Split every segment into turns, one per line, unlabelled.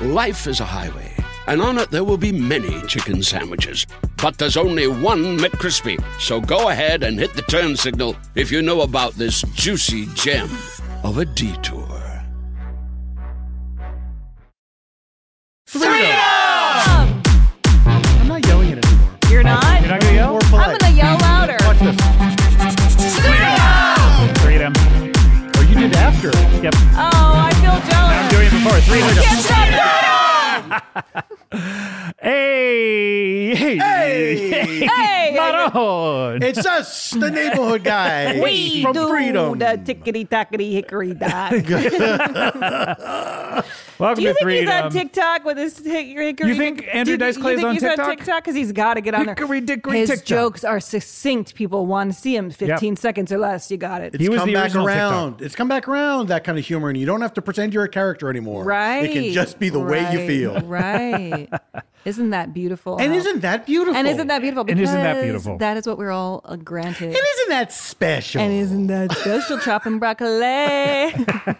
Life is a highway, and on it there will be many chicken sandwiches. But there's only one McCrispy. So go ahead and hit the turn signal if you know about this juicy gem of a detour.
I'm not yelling it anymore.
You're not?
You're not gonna yell?
More
I'm
polite.
gonna yell louder.
Watch this.
Freedom.
Or you did after.
Yep.
Oh, I feel
I'm
jealous.
doing it before. Three
I
freedom.
can't stop freedom.
Hey. Hey. Hey.
Hey!
Maroon.
It's us, the neighborhood guy
We
from
do
Freedom.
the tickety tackety hickory dock.
Welcome
Do you
to
think
freedom.
he's on TikTok with his hick- hickory?
You think Andrew Dice Clay
you
is
think
on
he's on
TikTok?
TikTok because he's got to get on
Hickory
there.
dickory
his
TikTok.
jokes are succinct. People want to see him. Fifteen
Yep.
seconds or less. You got it.
It's
He was
come
the
back
original
around. It's come back around, that kind of humor, and you don't have to pretend you're a character anymore.
right.
It can just be the way you
right,
feel.
Right. isn't that beautiful? Uh-huh.
And
how-
isn't that beautiful?
and isn't that beautiful?
And isn't that
Because
beautiful?
That is what we're all uh, granted.
And isn't that special?
And isn't that special chopping broccoli?
hey,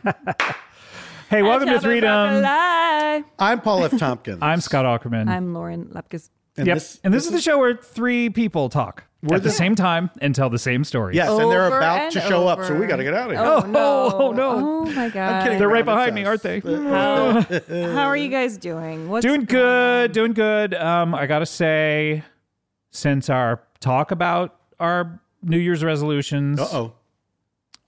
welcome to
Chopping
freedom.
broccoli.
I'm Paul F. Tompkins.
I'm Scott Ackerman.
I'm Lauren Lepkus.
And
yep.
this-
and this, is the show where three people talk at the,
the-
same time and tell the same story.
Yes, and they're
Over
about
and
to show up, so
over.
we got to get out of here.
Oh, no!
oh, no.
Oh my god!
kidding.
They're
Rabbit
right behind me,
says.
aren't they?
How, how are you guys doing? What's
Doing good, doing good. Um, I gotta say, since our talk about our New Year's resolutions,
Uh oh.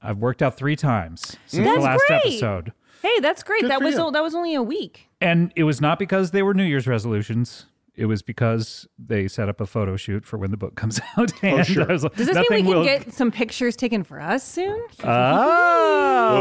I've worked out three times since the
That's
last
great.
episode,
Hey, that's great.
Good
that
for
was
you.
o- that was only a week.
and it was not because they were New Year's resolutions. It was because they set up a photo shoot for when the book comes out. And
sure.
I was like,
Does this
nothing
mean we can
will- Uh,
get some pictures taken for us soon?
Ah.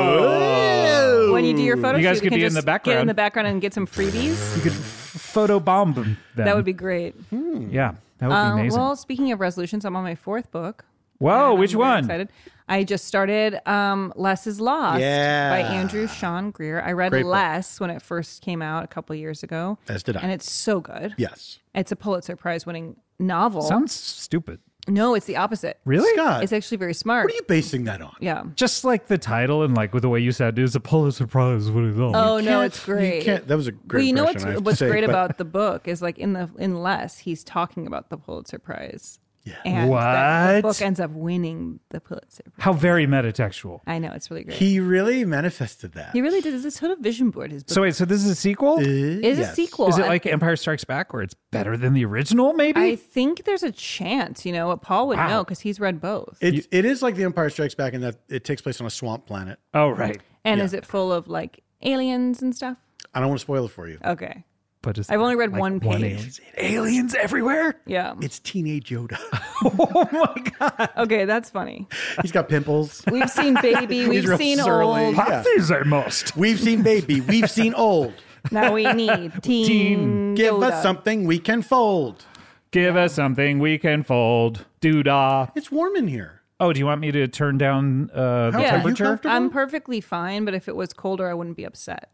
Oh,
when you do your photo
You guys
shoot,
could
can
be in the
just Get in
background.
the background and get some freebies.
you could photo bomb them. then.
that would be great.
yeah, that would
Um,
be amazing.
well, speaking of resolutions, I'm on my fourth book.
Whoa,
And I'm
which
very
one?
Excited. I just started um, Less is Lost
Yeah.
by Andrew Sean Greer. I read
Great book.
Less when it first came out a couple years ago.
As did I.
And it's so good.
Yes.
It's a Pulitzer Prize winning novel.
Sounds stupid.
no, it's the opposite.
Really?
Scott,
It's actually very smart.
Uh, what are you basing that on?
yeah.
just like the title and like with the way you said it, it's a Pulitzer Prize. What is all?
Oh no,
can't-
it's great.
You can't, that was a great
well, you know
impression,
what's,
I have to
what's
say,
great
but-
about the book is like in the in less he's talking about the Pulitzer Prize. Yeah. And
What?
that the book ends up winning the Pulitzer. Prize.
How very metatextual.
I know it's really great. He,
He really manifested that.
really did. Is this sort of vision board? His book
So wait, so this is a sequel? Is
is
yes.
a sequel.
it
I-
like Empire Strikes Back, where it's better than the original? Maybe.
I think there's a chance, you know, what Paul would
Wow.
know because he's read both.
It, it is like The Empire Strikes Back in that it takes place on a swamp planet.
oh right,
and is it full of like aliens and stuff?
I don't want to spoil it for you.
Okay.
but just
I've only read one page.
aliens. Aliens everywhere.
Yeah.
It's teenage Yoda.
Oh my god!
Okay, that's funny.
He's got pimples.
We've seen baby, we've
real
seen
surly.
old.
Yeah.
These I must.
We've seen baby. We've seen old.
Now we need teen.
Teen.
Give
Yoda.
us something we can fold.
Give us something we can fold. Doodah.
It's warm in here.
Oh, do you want me to turn down uh,
Yeah.
the
Are you
temperature?
comfortable?
I'm perfectly fine, but if it was colder, I wouldn't be upset.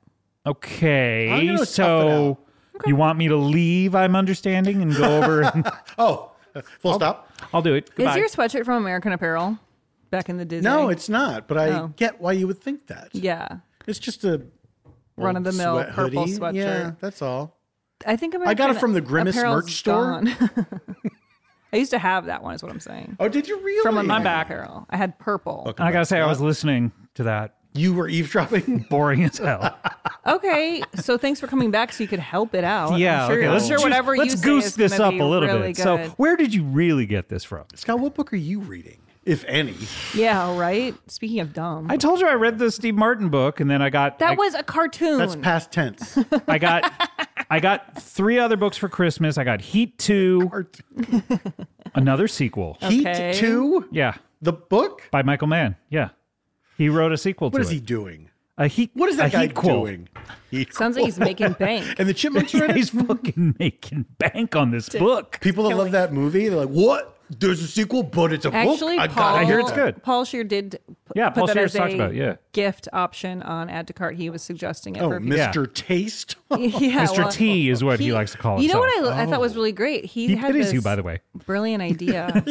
I'm
Okay,
gonna
so
tough
you want me to leave? I'm understanding and go over. and
Oh, full stop.
I'll do it. Goodbye.
Is your sweatshirt from American Apparel back in the Disney?
No, it's not. But I
Oh.
get why you would think that.
yeah,
It's just a
run of the mill
sweat
purple
hoodie.
sweatshirt.
Yeah, that's all.
I think American
I got it from the Grimace
Apparel's
merch store.
gone. I used to have that one. Is what I'm saying.
Oh, did you really?
From American
back.
Apparel, I had purple. Okay,
And I gotta say, I was listening to that.
You were eavesdropping.
Boring as hell.
so thanks for coming back, so you could help it out. I'm
yeah.
sure,
okay.
I'm
Let's
sure
choose-
whatever
let's
you say
goose
is
this
gonna
up
be
a little
really
bit. So,
good.
where did you really get this from?
Scott, what book are you reading, if any?
yeah, all right. Speaking of dumb,
I told you I read the Steve Martin book, and then I got
that
I,
was a cartoon.
That's past tense.
I got I got three other books for Christmas. I got Heat Two,
Part-
another sequel.
Okay.
Heat two.
Yeah,
The book.
by Michael Mann. Yeah, he wrote a sequel
What
to
is
it.
he doing?
A heat.
What is that
a
guy
heat quote.
doing? equal.
Sounds like he's making bank.
and the chipmunks are in it?
He's fucking making bank on this book.
People that love that movie, they're like, "What? There's a sequel, but it's a
Actually,
book."
Paul,
I hear it's good.
Paul Shear did. p-
Yeah,
put
Paul
that
Scheer
as
talked
a
about it, yeah.
gift option on add to cart. He was suggesting it
Oh,
for people.
Mr. Taste.
Yeah,
Mr.
well,
T is what he, likes to call it.
You know what I, I thought was really great? He,
He-
had
it is
this
you, by the way.
brilliant idea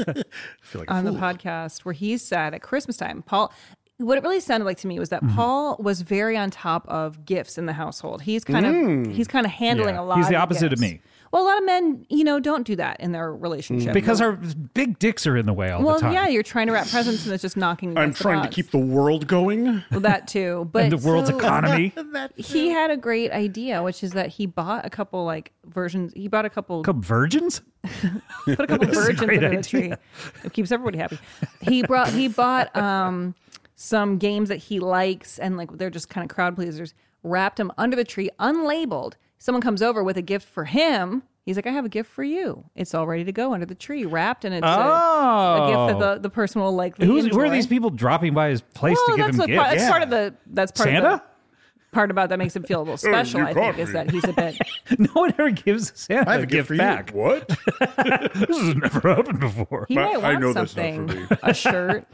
feel like a
on the
fool.
podcast where he said at Christmas time, Paul. What it really sounded like to me was
Mm-hmm.
that Paul was very on top of gifts in the household. He's kind of he's kind of handling
Mm. Yeah.
a lot.
He's the
of
opposite of
gifts.
me.
Well, a lot of men, you know, don't do that in their relationship
Because our big dicks are in the way all
well,
the time.
yeah, you're trying to wrap presents and it's just knocking.
I'm
against the
trying to
pods.
keep the world going.
Well, that too, but
and the world's
so-
economy.
He had a great idea, which is that he bought a couple like versions. He bought a couple,
Come virgins?
put a couple virgins
great
under the tree.
idea.
It keeps everybody happy. He brought, he bought um, some games that he likes, and like they're just kind of crowd pleasers. Wrapped them under the tree, unlabeled. Someone comes over with a gift for him. He's like, "I have a gift for you. It's all ready to go under the tree, wrapped, and it's a, a gift that the, the person will likely."
Oh. Who's, who are
enjoy.
these people dropping by his place to
Well,
give
that's,
him
what part,
gifts?
that's part of the that's part of
Santa?
the part about that makes him feel a little special. I think is that he's a bit.
no one ever gives Santa
I have
a
a gift
gift
for
back.
you. What?
This has never happened before.
He might want
I know that's not
something,
for me.
a shirt.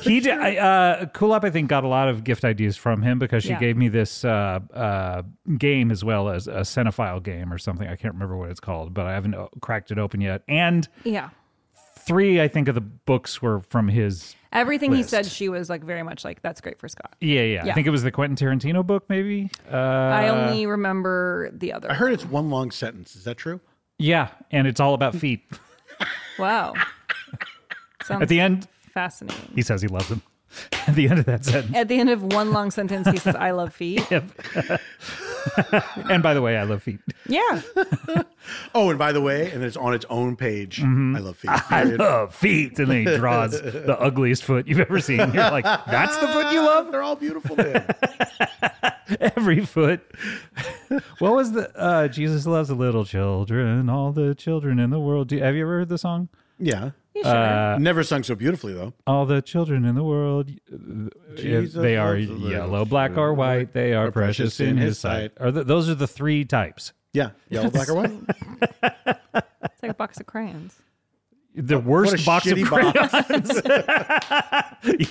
he did. I, uh, cool Up, I think, got a lot of gift ideas from him because she
Yeah.
gave me this uh, uh, game as well as a cinephile game or something. I can't remember what it's called, but I haven't o- cracked it open yet. And
Yeah,
three, I think, of the books were from his.
everything he said, she was like very much like that's great for Scott.
Yeah, yeah. I
Yeah.
think it was the Quentin Tarantino book, maybe. Uh,
I only remember the other.
I heard it's one long sentence. Is that true?
yeah, and it's all about feet.
wow, sounds
At the end,
fascinating.
he says he loves him. At the end of that sentence.
At the end of one long sentence, he says, "I love feet."
And by the way, I love feet.
Yeah,
Oh, and by the way, and it's on its own page. Mm-hmm. I love feet.
I
Period.
love feet. And then he draws the ugliest foot you've ever seen. You're like, that's the foot you love?
Ah, They're all beautiful. Then.
Every foot. What was the uh, Jesus loves the little children, all the children in the world? Do, have you ever heard the song?
yeah.
you sure.
Uh,
Never sung so beautifully though.
All the children in the world, uh,
Jesus
they are
loves the little
yellow, black, or
children,
white. They are
are
precious in his sight. Or th those are the three types.
Yeah. Yellow, black, or white.
it's like a box of crayons.
The worst box of
shitty
crayons.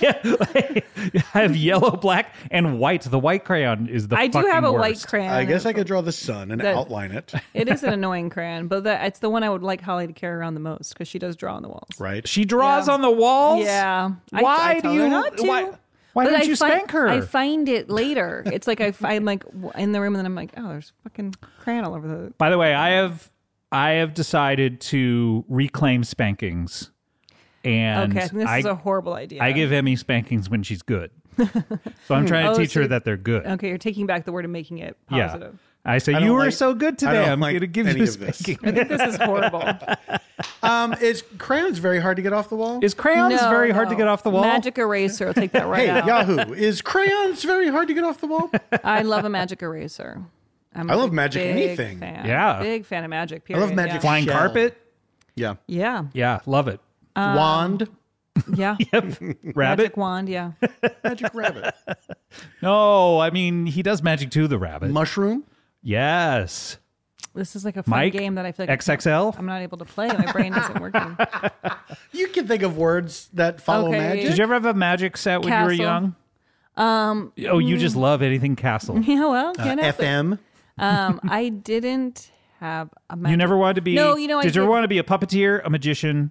yeah, I have yellow, black, and white. The white crayon is the
I do have
fucking
a white
worst.
crayon.
I guess I could draw the sun and
That-
outline it.
It is an annoying crayon, but that, it's the one I would like Holly to carry around the most because she does draw on the walls.
Right.
She draws
Yeah.
on the walls.
Yeah. I-
Why
I tell
do
her
you
not to.
Why, why
But
don't
I
you
find-
spank her?
I find it later. It's like I, am like w- in the room and then I'm like, oh, there's fucking crayon all over the.
By the way, I have I have decided to reclaim spankings, and
Okay, I think this
I,
is a horrible idea.
I give Emmy spankings when she's good. so I'm trying to
Oh,
teach
so
her
you-
that they're good.
Okay, you're taking back the word and making it
yeah.
positive.
I say
I
you
don't
were
like-
so good
I
today.
don't
I'm
like
going to give
any
you a
of this.
spanking.
I think this is horrible.
Um, is crayons very hard to get off the wall?
Is crayons
No,
very hard to
no.
get off the wall?
Magic eraser. I'll take that right
hey
out.
Yahoo, is crayons very hard to get off the wall?
I love a magic eraser. I'm
I
a
love magic
big
anything.
Fan.
Yeah.
Big fan of magic.
I
Period.
love magic
Yeah.
Flying
shell.
carpet.
Yeah.
Yeah.
Yeah, love it.
Um,
Wand,
Yeah.
Rabbit.
Magic wand. Yeah.
magic rabbit,
No, I mean he does magic to the rabbit.
mushroom.
yes.
This is like a fun
Mike,
game that I feel like I can't-
XXL.
I'm not able to play. My brain isn't working.
You can think of words that follow
Okay,
magic.
yeah.
Did you ever have a magic set when you were
Castle. Mm.
young? Um. Oh, you just love anything castle.
Yeah, well,
Uh,
can't help it.
FM.
Um, I didn't have a magic.
You never wanted to be.
Um, No, you know, I
did you ever
did-
want to be a puppeteer, a magician,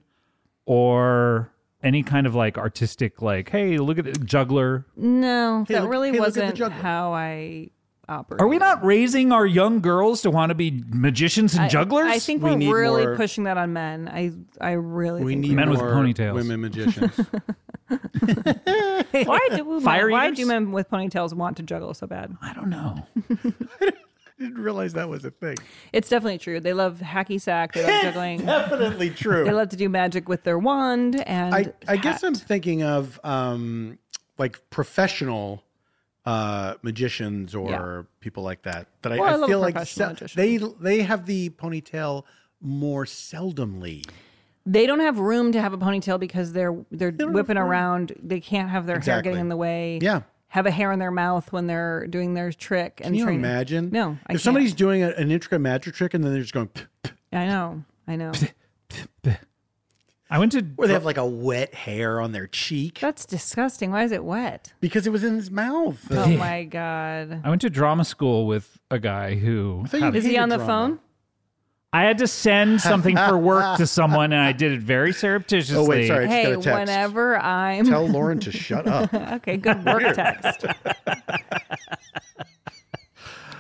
or any kind of like artistic, like, hey, look at the juggler?
No, that
look-
really
hey, look at the
wasn't
juggler.
how I operated.
Are we not raising our young girls to want to be magicians and jugglers?
I think
We
we
need
are really
more-
pushing that on men. I I really
We
think
need
Men with
more
ponytails.
women magicians.
why do we-
Fire
why
eaters?
do men with ponytails want to juggle so bad?
I don't know.
Didn't realize that was a thing.
It's definitely true. They love hacky sack. They love juggling.
Definitely
They
true.
love to do magic with their wand and
I, I guess
hat.
I'm thinking of um, like professional uh, magicians or
Yeah.
people like that. That I,
Well, I
I
love
feel like
professional
se-
magicians.
they they have the ponytail more seldomly.
they don't have room to have a ponytail because they're they're whipping around. They can't have their hair
Exactly.
getting in the way.
Yeah.
have a hair in their mouth when they're doing their trick. And
Can you
train-
imagine?
No, I
if
can't.
somebody's doing a, an intricate magic trick and then they're just going, "Pff,"
I know, I know.
I went to
or they have like a wet hair on their cheek
That's disgusting. Why is it wet?
because it was in his mouth.
Oh my god.
I went to drama school with a guy who
I thought you
Is he
hated
on the
drama.
phone?
I had to send something for work to someone, and I did it very surreptitiously.
Oh wait, sorry. I just
Hey,
got a text.
whenever I'm
Tell Lauren to shut up.
okay, good work text.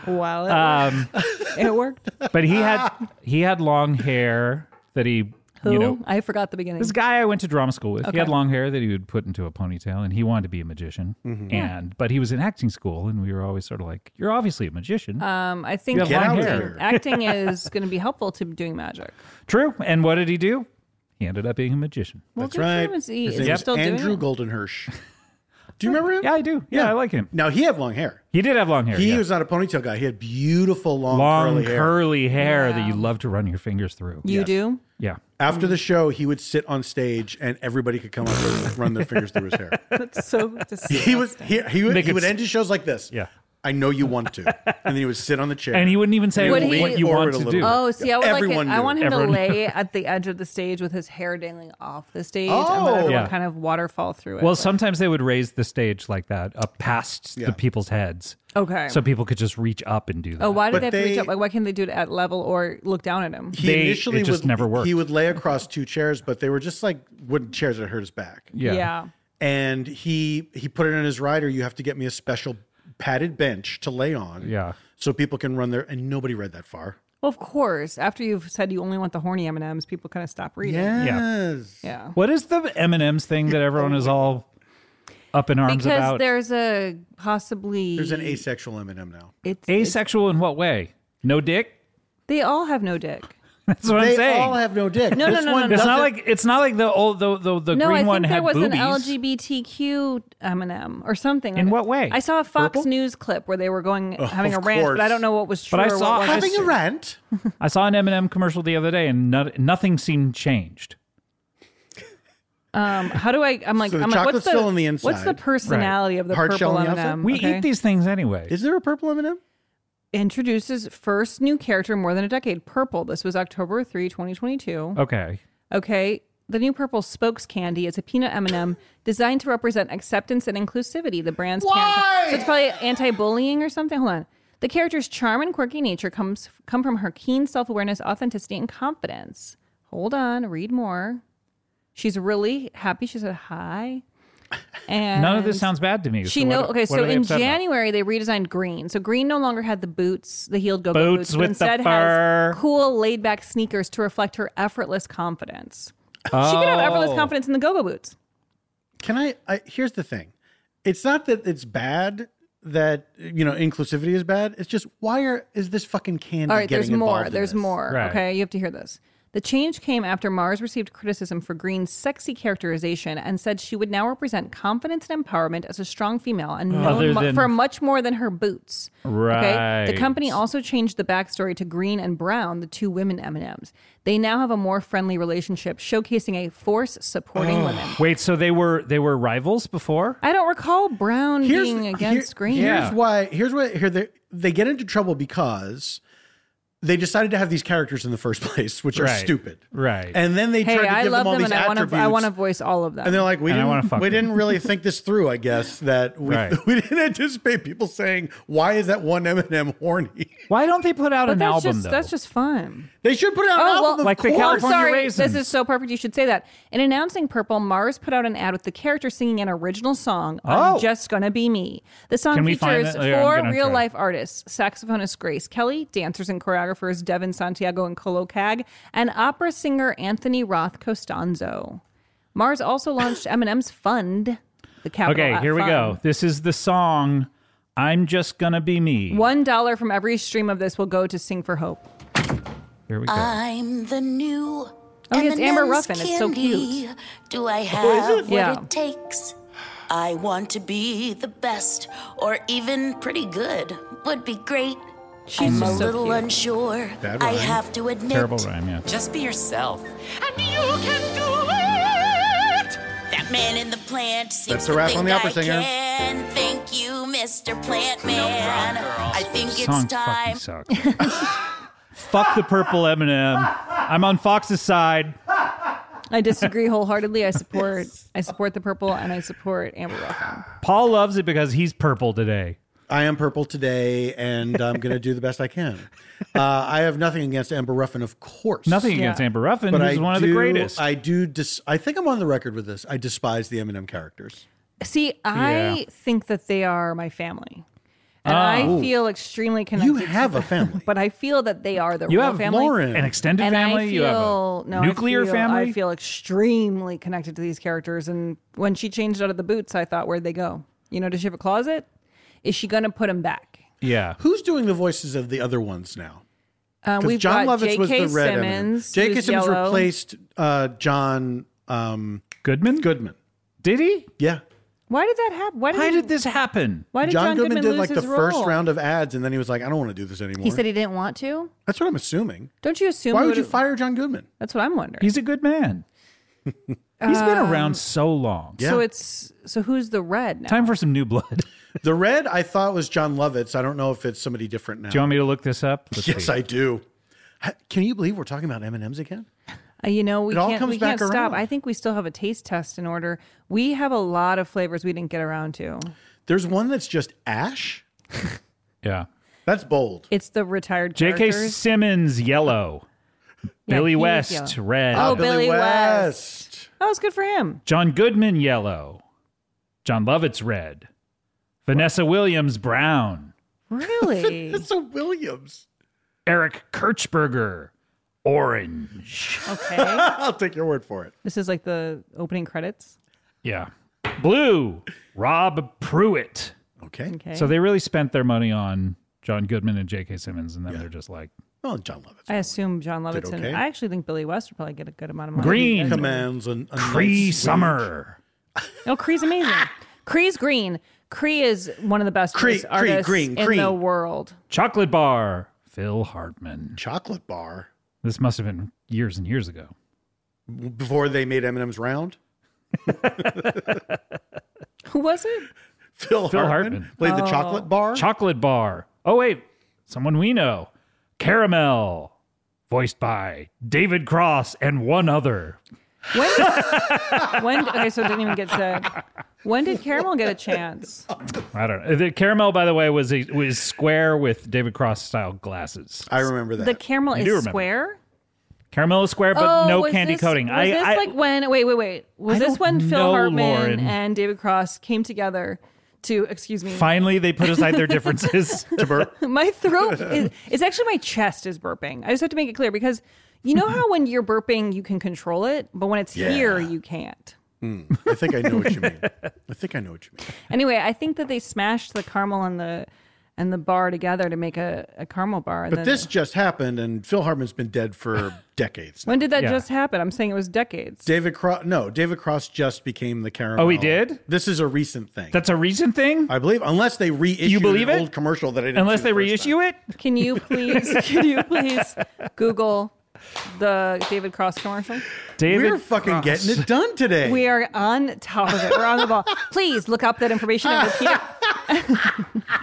wow, it,
Um,
worked. it worked.
but he had he had long hair that he
Who?
you know
I forgot the beginning.
this guy I went to drama school with. He had long hair that he would put into a ponytail, and he wanted to be a magician.
Mm-hmm.
And but he was in acting school, and we were always sort of like, "You're obviously a magician."
Um, I think
You have Get
long
acting,
out of hair. here.
acting is going to be helpful to doing magic.
True. And what did he do? He ended up being a magician.
Well,
That's
good for
right.
him. Is he-
His
is
name
he
is
still doing
Andrew
it?
Goldenhirsch. Do you remember him?
Yeah, I do. Yeah, I like him.
Now he had long hair.
He did have long hair.
He
yeah.
was not a ponytail guy. He had beautiful long,
long
curly hair.
curly hair that you love to run your fingers through.
You do?
Yeah.
After the show, he would sit on stage and everybody could come up and run their fingers through his hair.
That's so disgusting.
He was he, he, would,
They
he
could
would
s-
end his shows like this.
Yeah.
I know you want to. And then he would sit on the chair.
And he wouldn't even say
Would
what
he-
you
Forward
want
a
to
little
do.
bit.
Oh, see, I would
Everyone
like it. I
knew.
want him
Everyone
to lay at the edge of the stage with his hair dangling off the stage and
Oh.
let everyone
Yeah.
kind of waterfall through it.
Well, sometimes they would raise the stage like that up past
Yeah.
the people's heads.
okay.
So people could just reach up and do that.
oh, why do
But
they have to reach
they-
up? Like, why can't they do it at level or look down at him?
he
They-
initially
it just
would,
never worked.
He would lay across two chairs, but they were just like wooden chairs that hurt his back.
Yeah.
And he he put it in his rider. You have to get me a special padded bench to lay on.
Yeah.
So people can run there. And nobody read that far.
Well, of course. After you've said you only want the horny M and M's, people kind of stop reading.
Yes.
Yeah.
What is the M&M's thing that everyone is all up in arms
Because
about?
there's a possibly
There's an asexual Eminem now.
It's,
Asexual in what way? No dick?
they all have no dick.
That's what I'm
They
saying.
all have no dick.
No, no,
This
no, no,
one
no.
it's
doesn't.
not like it's not like the old the the, the
No,
green
I
one
think there
had
was
boobies.
an LGBTQ M&M or something.
In what way?
I saw a Fox
Purple?
News clip where they were going having a
Oh, of
rant,
course.
but I don't know what was
But
true.
I
or what
saw-
wasn't.
having a rant.
I saw an M&M commercial the other day and no, nothing seemed changed.
Um, how do I? I'm like,
So the
I'm like, what's
chocolate's
the
still on the
What's the
inside.
personality of the
Hard shell
purple
on the
M&M?
outside?
We
okay?
eat these things anyway.
Is there a purple Eminem?
introduces first new character in more than a decade. Purple. This was October 3, 2022.
okay.
Okay. The new purple spokes candy is a peanut M&M designed to represent acceptance and inclusivity. The brand's Why? so it's probably anti-bullying or something. Hold on. The character's charm and quirky nature comes come from her keen self-awareness, authenticity, and confidence. Hold on, read more. She's really happy. She said hi. And
None of this sounds bad to me.
She
so
know
what-
okay.
what
So
are they
in
upset about?
January they redesigned green. So green no longer had the boots, the heeled go-go
Boots
boots, but
with the
instead
fur.
has cool laid-back sneakers to reflect her effortless confidence. She could have effortless
Oh.
confidence in the go-go boots.
Can I, I? Here's the thing. It's not that it's bad that you know inclusivity is bad. It's just why are is this fucking candy?
All right,
getting
there's more.
involved in
There's
this?
more.
Right.
Okay, you have to hear this. The change came after Mars received criticism for Green's sexy characterization and said she would now represent confidence and empowerment as a strong female and
Other
known mu-
than-
for much more than her boots. Okay.
Right.
The company also changed the backstory to Green and Brown, the two women M&Ms. They now have a more friendly relationship, showcasing a force supporting women.
Wait, so they were they were rivals before?
I don't recall Brown
Here's
being
here-
against Green.
Yeah.
Here's why. Here's why. Here they they get into trouble because they decided to have these characters in the first place, which are
Right.
stupid.
Right.
And then they
Hey,
tried to
I
give
love
them all
them,
these
and I want
attributes.
to. I want to voice all of them.
and they're like, we
And I wanna
didn't,
fuck
we
them.
didn't really think this through. I guess that we
Right.
we didn't anticipate people saying, "Why is that one Eminem horny?"
Why don't they put out
but
an
that's
album
just
though?
that's just fun.
They should put out an
Oh,
album.
well-
of
Like the
course.
Oh,
California
sorry.
Raisins.
This is so perfect. You should say that. In announcing Purple, Mars put out an ad with the character singing an original song,
Oh.
I'm Just Gonna Be Me. The song
Can we find
features
that? Oh, Yeah, I'm
four
gonna
real
try.
life artists saxophonist Grace Kelly, dancers and choreographers Devin Santiago and Colo Cag, and opera singer Anthony Roth Costanzo. Mars also launched Eminem's Fund, the capital
okay,
F
here we go.
Fund.
This is the song I'm just gonna be me.
One dollar from every stream of this will go to Sing for Hope.
Here we go.
I'm the new.
Oh, yeah, it's Amber
M&M's
Ruffin. It's so
candy.
cute.
Do
Oh,
I have what
Yeah.
it takes? I want to be the best, or even pretty good. Would be great.
She's
I'm a
just so
little
cute.
unsure.
Bad
I
rhyme.
have to admit.
Terrible rhyme, yeah.
Just be yourself. And you can do it!
That man in the plant seems
That's
to
a wrap
think
on the opera
I
singer.
can. Thank you. Mr. Plant Man. I think it's
Song
time.
fucking sucks. Fuck the purple M&M. I'm on Fox's side.
I disagree wholeheartedly. I support I support the purple and I support Amber Ruffin.
Paul loves it because he's purple today.
I am purple today, and I'm going to do the best I can. Uh, I have nothing against Amber Ruffin, of course.
Nothing against Amber Ruffin,
But
who's
I
one of
do-
the greatest.
I do. Dis- I think I'm on the record with this. I despise the Eminem characters.
See, I
Yeah.
think that they are my family. And
Oh.
I feel extremely connected.
You
to
have a
them.
family.
But I feel that they are the
you
real
have
family.
Lauren.
an extended
And
family.
I feel
you have a
no, I
nuclear
feel-
family.
I feel extremely connected to these characters. And when she changed out of the boots, I thought, where'd they go? You know, does she have a closet? Is she gonna put them back?
yeah.
Who's doing the voices of the other ones now?
Um,
Because
we've
John
got
Lovitz
J.K.
was the red
Simmons.
Eminem. J.K.
who's
Simmons
yellow.
replaced uh, John um,
Goodman?
Goodman.
Did he?
Yeah,
Why did that happen? Why did,
Why
he-
did this happen?
Why did John,
John Goodman, did
lose
like the
his
first
role?
round of ads, and then he was like, "I don't want to do this anymore."
He said he didn't want to.
That's what I'm assuming.
Don't you assume?
Why
he
would you
would've-
fire John Goodman?
That's what I'm wondering.
He's a good man. He's been
Um,
around so long.
Yeah.
So it's so who's the red now?
Time for some new blood.
The red I thought was John Lovitz. I don't know if it's somebody different now.
Do you want me to look this up? Let's
yes,
see.
I do. Ha- Can you believe we're talking about M and M's again?
Uh, you know, we
It all
can't
comes
we can't
back
stop.
around.
I think we still have a taste test in order. We have a lot of flavors we didn't get around to.
There's one that's just ash.
Yeah.
That's bold.
It's the retired
J.K.
characters.
Simmons, yellow.
Yeah,
Billy
he was
West,
yellow.
red.
Oh, Billy West. That was good for him.
John Goodman, yellow. John Lovitz, red. Vanessa Williams, brown.
Really?
That's a Williams.
Eric Kirchberger, orange.
okay.
I'll take your word for it.
This is like the opening credits.
Yeah. Blue, Rob Pruitt.
Okay.
Okay.
So they really spent their money on John Goodman and J.K. Simmons, and then they're just like,
Well, John Lovitz
I assume John Lovitz
okay.
and I actually think Billy West would probably get a good amount of money.
Green.
As-
commands an a
Cree
nice
Summer.
Oh, Cree's amazing. Cree's green. Cree is one of the best
Cree,
voice
Cree,
artists
green,
in
Cree.
the world.
Chocolate Bar, Phil Hartman.
chocolate bar
This must have been years and years ago.
before they made M and M's round.
Who was it?
Phil,
Phil
Hartman,
Hartman.
played
Oh.
the chocolate bar.
Chocolate Bar. Oh, wait, someone we know. Caramel, voiced by David Cross and one other.
When, when okay, so it didn't even get said. When did Caramel get a chance?
I don't know. The Caramel, by the way, was a, was square with David Cross style glasses.
I remember that.
The caramel
do
is
remember.
square.
Caramel is square, but
oh,
no
was
candy
this,
coating.
Was
I,
this
I
like when? Wait, wait, wait. Was
I
this
don't
when Phil
know,
Hartman
Lauren.
and David Cross came together to? Excuse me.
finally they put aside their differences.
My throat is it's actually my chest is burping. I just have to make it clear because you know how when you're burping you can control it, but when it's
Yeah.
here you can't.
I think I know what you mean. I think I know what you mean.
Anyway, I think that they smashed the caramel and the and the bar together to make a, a caramel bar. And
But
then
this just happened, and Phil Hartman's been dead for decades. now.
When did that
Yeah.
just happen? I'm saying it was decades.
David Cross, no, David Cross just became the caramel.
Oh, he did?
This is a recent thing.
That's a recent thing,
I believe, unless they reissue
You believe
an
it?
old commercial that I didn't
unless
see
they
the first
reissue
time.
it.
Can you please can you please Google the David Cross commercial?
David,
We're fucking
Cross.
getting it done today.
We are on top of it. We're on the ball. Please look up that information and repeat it.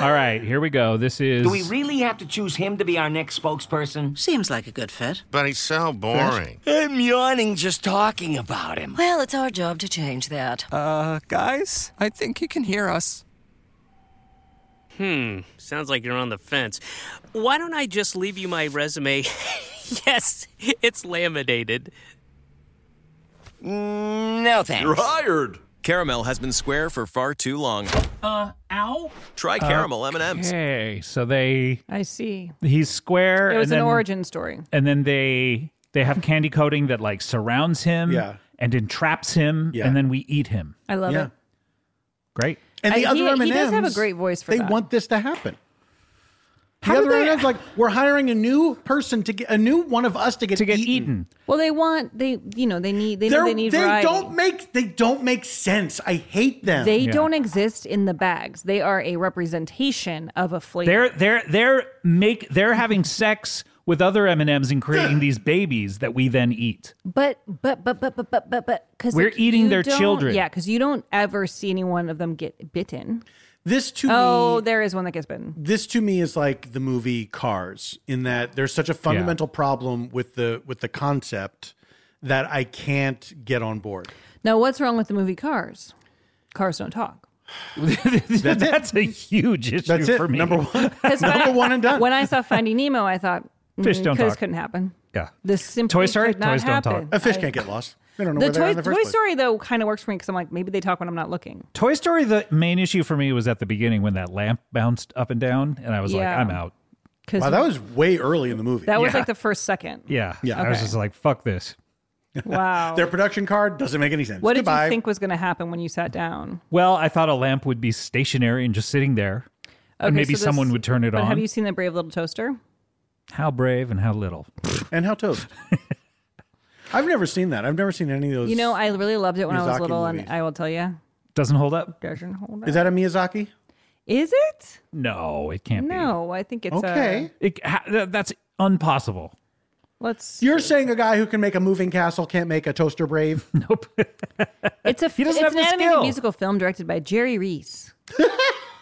All right, here we go. This is.
Do we really have to choose him to be our next spokesperson?
Seems like a good fit.
But he's so boring.
I'm yawning just talking about him.
Well, it's our job to change that.
Uh, guys, I think he can hear us.
Sounds like you're on the fence. Why don't I just leave you my resume? yes, it's laminated.
No thanks.
hired. Caramel has been square for far too long.
Uh, ow.
Try
Uh,
caramel M&Ms.
Okay, so they
I see.
he's square.
It was
and
an
then-
origin story.
and then they they have candy coating that like surrounds him
Yeah.
and entraps him
Yeah.
and then we eat him
I love
Yeah.
it.
great
And the
I- he-
other M&Ms,
he does have a great voice for
They
that.
want this to happen. The
How do
other
they-
M&Ms, like, we're hiring a new person to get a new one of us to get
to get
eaten.
eaten
Well, they want they you know they need they know
They're-
they need
they
variety.
don't make they don't make sense. I hate them.
they
Yeah.
don't exist in the bags. They are a representation of a flavor.
they're they're they're make they're having sex with other M&Ms and creating these babies that we then eat.
But but but but but but but but because
We're eating their children.
Yeah, because you don't ever see any one of them get bitten.
This to
oh,
me-
there is one that gets bitten.
This to me is like the movie Cars in that there's such a fundamental problem with the with the concept that I can't get on board.
Now, what's wrong with the movie Cars? Cars don't talk.
That's, a huge issue
That's it.
for me.
Number one.
Because when I-
one and done.
When I saw Finding Nemo, I thought mm,
Fish don't
could- this
talk.
couldn't happen.
Yeah.
This simply
Toy Story?
could not
Toys don't
happen.
talk.
A fish can't get lost. They don't know
The
where they are
Toy,
in the first
Toy
place.
Story though kind of works for me because I'm like maybe they talk when I'm not looking.
Toy Story, the main issue for me was at the beginning when that lamp bounced up and down, and I was like,
Yeah.
I'm out.
'Cause-
Wow, that was way early in the movie.
That was
Yeah.
like the first second.
Yeah.
Yeah.
I was
Okay.
just like, fuck this.
Wow.
Their production card doesn't make any sense.
what did
Goodbye.
you think was going to happen when you sat down?
Well, I thought a lamp would be stationary and just sitting there. and
Okay,
maybe
so this-
someone would turn it
but
on.
Have you seen the Brave Little Toaster?
How brave and how little.
And how toast. I've never seen that. I've never seen any of those.
You know, I really loved it when I was
Miyazaki
little,
movies.
and I will tell you,
Doesn't hold up?
doesn't hold up.
is that a Miyazaki?
Is it?
No, it can't
No, I think it's uh,
Okay.
A,
be. It, ha, that- that's impossible.
let's.
You're saying a guy who can make a moving castle can't make a toaster brave?
Nope.
It's a.
doesn't
it's
have
an
the
animated
skill.
musical film directed by Jerry Reese,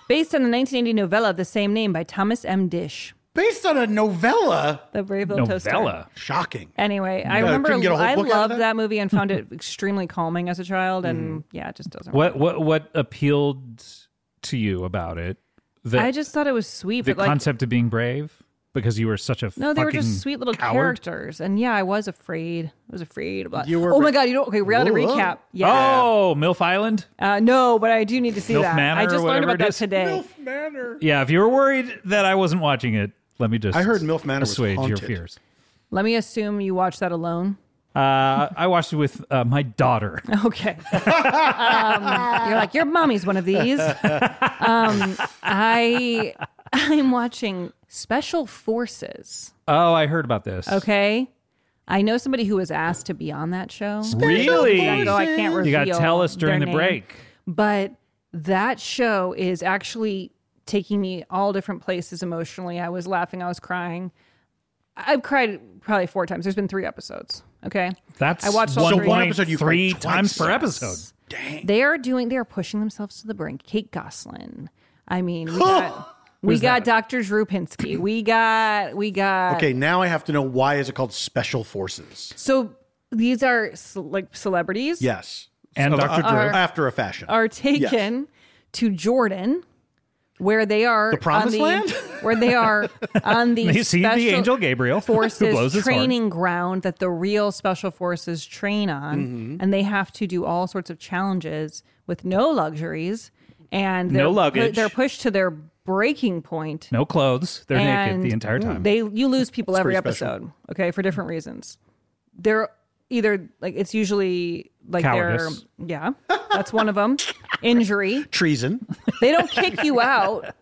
based on the 1980 novella of the same name by Thomas M. Dish.
Based on a novella?
The Brave Little Toaster.
Novella.
Shocking.
Anyway, I
No,
remember
couldn't get a whole
I
book out of
loved
that?
that? movie and found it extremely calming as a child, and yeah, it just doesn't.
Hmm. What what what appealed to you about it? The,
I just thought it was sweet,
the
but like
concept of being brave because you were such a
No, they were
fucking
just sweet little
coward?
characters, and yeah, I was afraid. I was afraid about.
You were
oh
re-
my god! You don't okay? Reality
Whoa.
recap. Yeah.
Oh, Milf Island.
Uh, no, but I do need to see
Milf
that.
Manor
I
or
just learned
whatever
about
it
that
is?
today.
Manor.
Yeah, if you were worried that I wasn't watching it, let me just.
I heard Milf Manor was
assuage your
haunted.
fears.
Let me assume you watched that alone.
Uh, I watched it with uh, my daughter.
Okay. um, you're like your mommy's one of these. Um, I I'm watching Special Forces.
Oh, I heard about this.
Okay. I know somebody who was asked to be on that show.
Really?
Although I can't reveal
You got to tell us during the
their name.
break.
but that show is actually taking me all different places emotionally. I was laughing, I was crying. I've cried probably four times. There's been three episodes. Okay.
That's
I watched all
one,
three. So one
episode you
three
cried twice.
times per episode.
They are doing they are pushing themselves to the brink. Kate Goslin. I mean, we got we got Dr. Drew Pinsky. We got we got
Okay, now I have to know why is it called Special Forces?
so these are ce- like celebrities
Yes.
And
Of-
Dr.
uh,
Drew.
After a fashion.
are taken to Jordan where they are
The Promised
on the,
Land?
where they are on the
You see the
special-
angel Gabriel
forces
who blows his horn.
training ground that the real special forces train on
Mm-hmm.
and they have to do all sorts of challenges with no luxuries and
No
they're,
luggage.
they're pushed to their breaking point
No clothes. They're
and
naked the entire time.
They you lose people every
pretty special.
episode, okay, for different reasons. They're either like it's usually like
Cowardice.
they're yeah, that's one of them. Injury.
Treason.
They don't kick you out.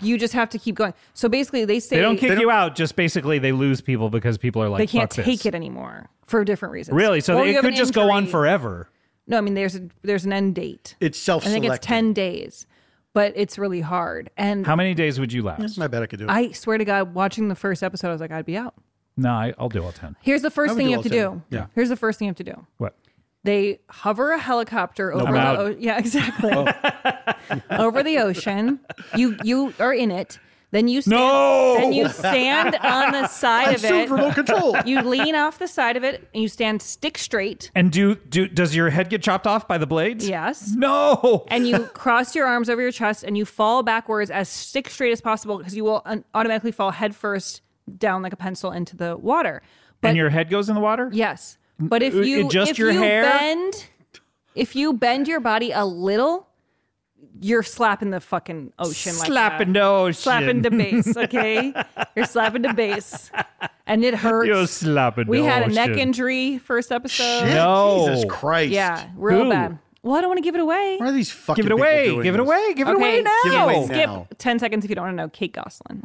You just have to keep going. So basically, they say
They don't kick you out. Just basically, they lose people because people are like,
They can't
"Fuck
take
this."
it anymore for different reasons.
Really? So
Or you
it
have
could
an
just go on
injury.
forever.
No, I mean there's a, there's an end date.
It's
I think
self-selecting.
it's ten days, but it's really hard. And
How many days would you last?
I bet I could do it.
I swear to God, watching the first episode, I was like, I'd be out.
No, I, I'll do all ten.
Here's the first
would
thing
do
you
all
have to
ten.
do.
Yeah.
Here's the first thing you have to do.
What?
They hover a helicopter over
I'm
the
out. Oh.
o- yeah, exactly. over the ocean. You you are in it. Then you stand,
No!
then you stand on the side of
Sued
it.
for remote control.
You lean off the side of it and you stand stick straight.
And do do does your head get chopped off by the blades?
Yes.
No.
And you cross your arms over your chest and you fall backwards as stick straight as possible because you will un- automatically fall headfirst down like a pencil into the water. But
and your head goes in the water.
Yes. But if
uh,
you
adjust
if
your
you
hair?
bend if you bend your body a little, you're slapping the fucking ocean like
Slapping
that.
the ocean.
slapping the base, okay? you're slapping the base. And it hurts.
You're slapping
we
the
had a neck
ocean.
injury first episode.
No.
Jesus Christ.
Yeah, real
Who?
bad. Well, I don't want to give it away.
Why are these fucking
Give it
people
away.
doing
Give it
this?
away. Give it
okay,
away now.
Give it away
skip,
now.
skip 10 seconds if you don't want to know Kate Goslin.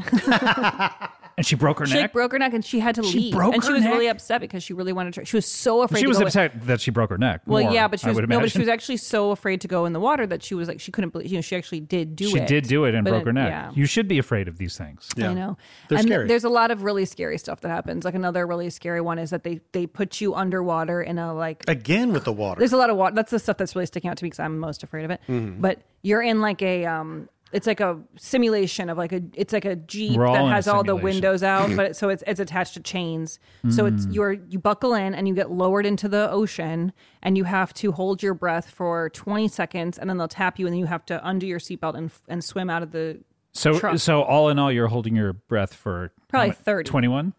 And she broke her
she
neck.
like broke her neck and she had to
She
leave.
broke
and she
her
was
neck?
really upset because she really wanted to. She was so afraid.
she
to
was
go in-
upset that she broke her neck.
Well,
more,
yeah, but she
I
was
would
no, but she
imagine.
was actually so afraid to go in the water that she was like she couldn't believe. You know, she actually did do
she
it.
did do it and
But
broke her neck.
yeah.
You should be afraid of these things.
I know. and th- there's a lot of really scary stuff that happens. Like another really scary one is that they they put you underwater in a like
Again with the water.
There's a lot of water. That's the stuff that's really sticking out to me because I'm most afraid of it.
Mhm.
But you're in like a um, it's like a simulation of like a it's like a jeep
We're all
that
in a
has all the
simulation.
windows out, but it, so it's it's attached to chains. So it's
Mm.
you're you buckle in and you get lowered into the ocean and you have to hold your breath for 20 seconds and then they'll tap you and then you have to undo your seatbelt and and swim out of the
So,
truck.
so all in all, you're holding your breath for
Probably 30.
Twenty-one.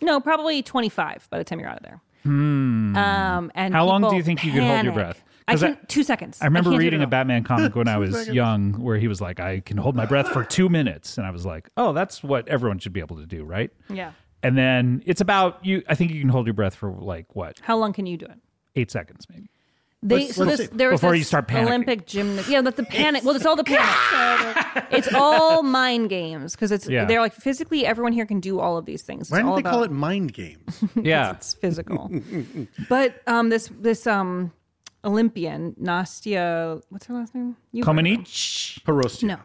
no probably 25 by the time you're out of there.
Hmm.
Um, and
how long do
people
you think you could hold your
panic.
breath?
I
'Cause
can two seconds.
I remember
can't do it
reading
at
a
all.
Batman comic when I
Two
was
seconds.
young, where he was like, "I can hold my breath for two minutes," and I was like, "Oh, that's what everyone should be able to do, right?"
Yeah.
And then it's about you. I think you can hold your breath for like what
How long can you do it?
eight seconds, maybe.
They
Let's-
so
let's
this
see.
there's
Before
this
you start panicking.
Olympic gymnast. Yeah, that's the panic. Well, it's all the panic. it's all mind games because it's
Yeah.
they're like physically everyone here can do all of these things. It's
Why don't
all
they call
about-
it mind games?
yeah,
it's physical. But um, this this um Olympian Nastia, what's her last name? You heard of her.
Komenich
Perosia.
No,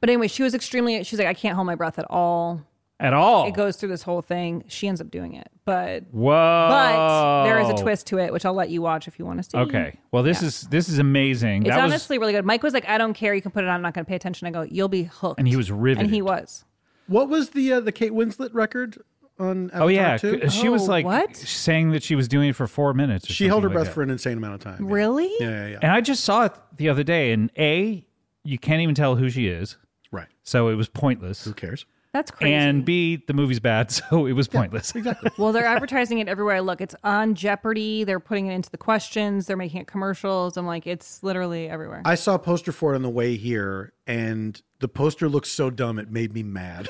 but anyway, she was extremely. She's like, I can't hold my breath at all.
At all.
It goes through this whole thing. She ends up doing it, but
Whoa!
but there is a twist to it, which I'll let you watch if you want to see.
Okay. Well, this is this is amazing.
It's
that was,
honestly really good. Mike was like, I don't care. You can put it on. I'm not going to pay attention. I go, you'll be hooked.
and he was riveted.
And he was.
What was the uh, the Kate Winslet record on? Avatar
oh yeah,
2?
c- she was like saying that she was doing it for four minutes.
She held her breath for an insane amount of time.
Really?
Yeah, yeah, yeah.
And I just saw it the other day, and a you can't even tell who she is.
Right.
So it was pointless. Who
cares?
That's crazy.
And b the movie's bad, so it was pointless.
exactly.
well, they're advertising it everywhere I look. It's on Jeopardy. They're putting it into the questions. They're making it commercials. I'm like, it's literally everywhere.
I saw a poster for it on the way here, and the poster looks so dumb it made me mad.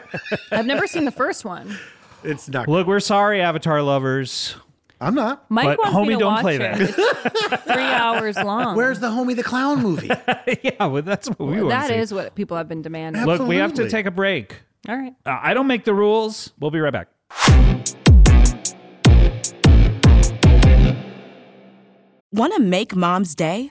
I've never seen the first one.
it's not.
Look, we're sorry, Avatar lovers.
I'm not.
Mike
but
wants
homie,
me to
don't
watch
play
it.
that.
Three hours long.
Where's the Homie the Clown movie?
yeah, well, that's what we want.
that is what people have been demanding.
Look, we have to take a break.
All right.
Uh, I don't make the rules. We'll be right back.
Want to make mom's day?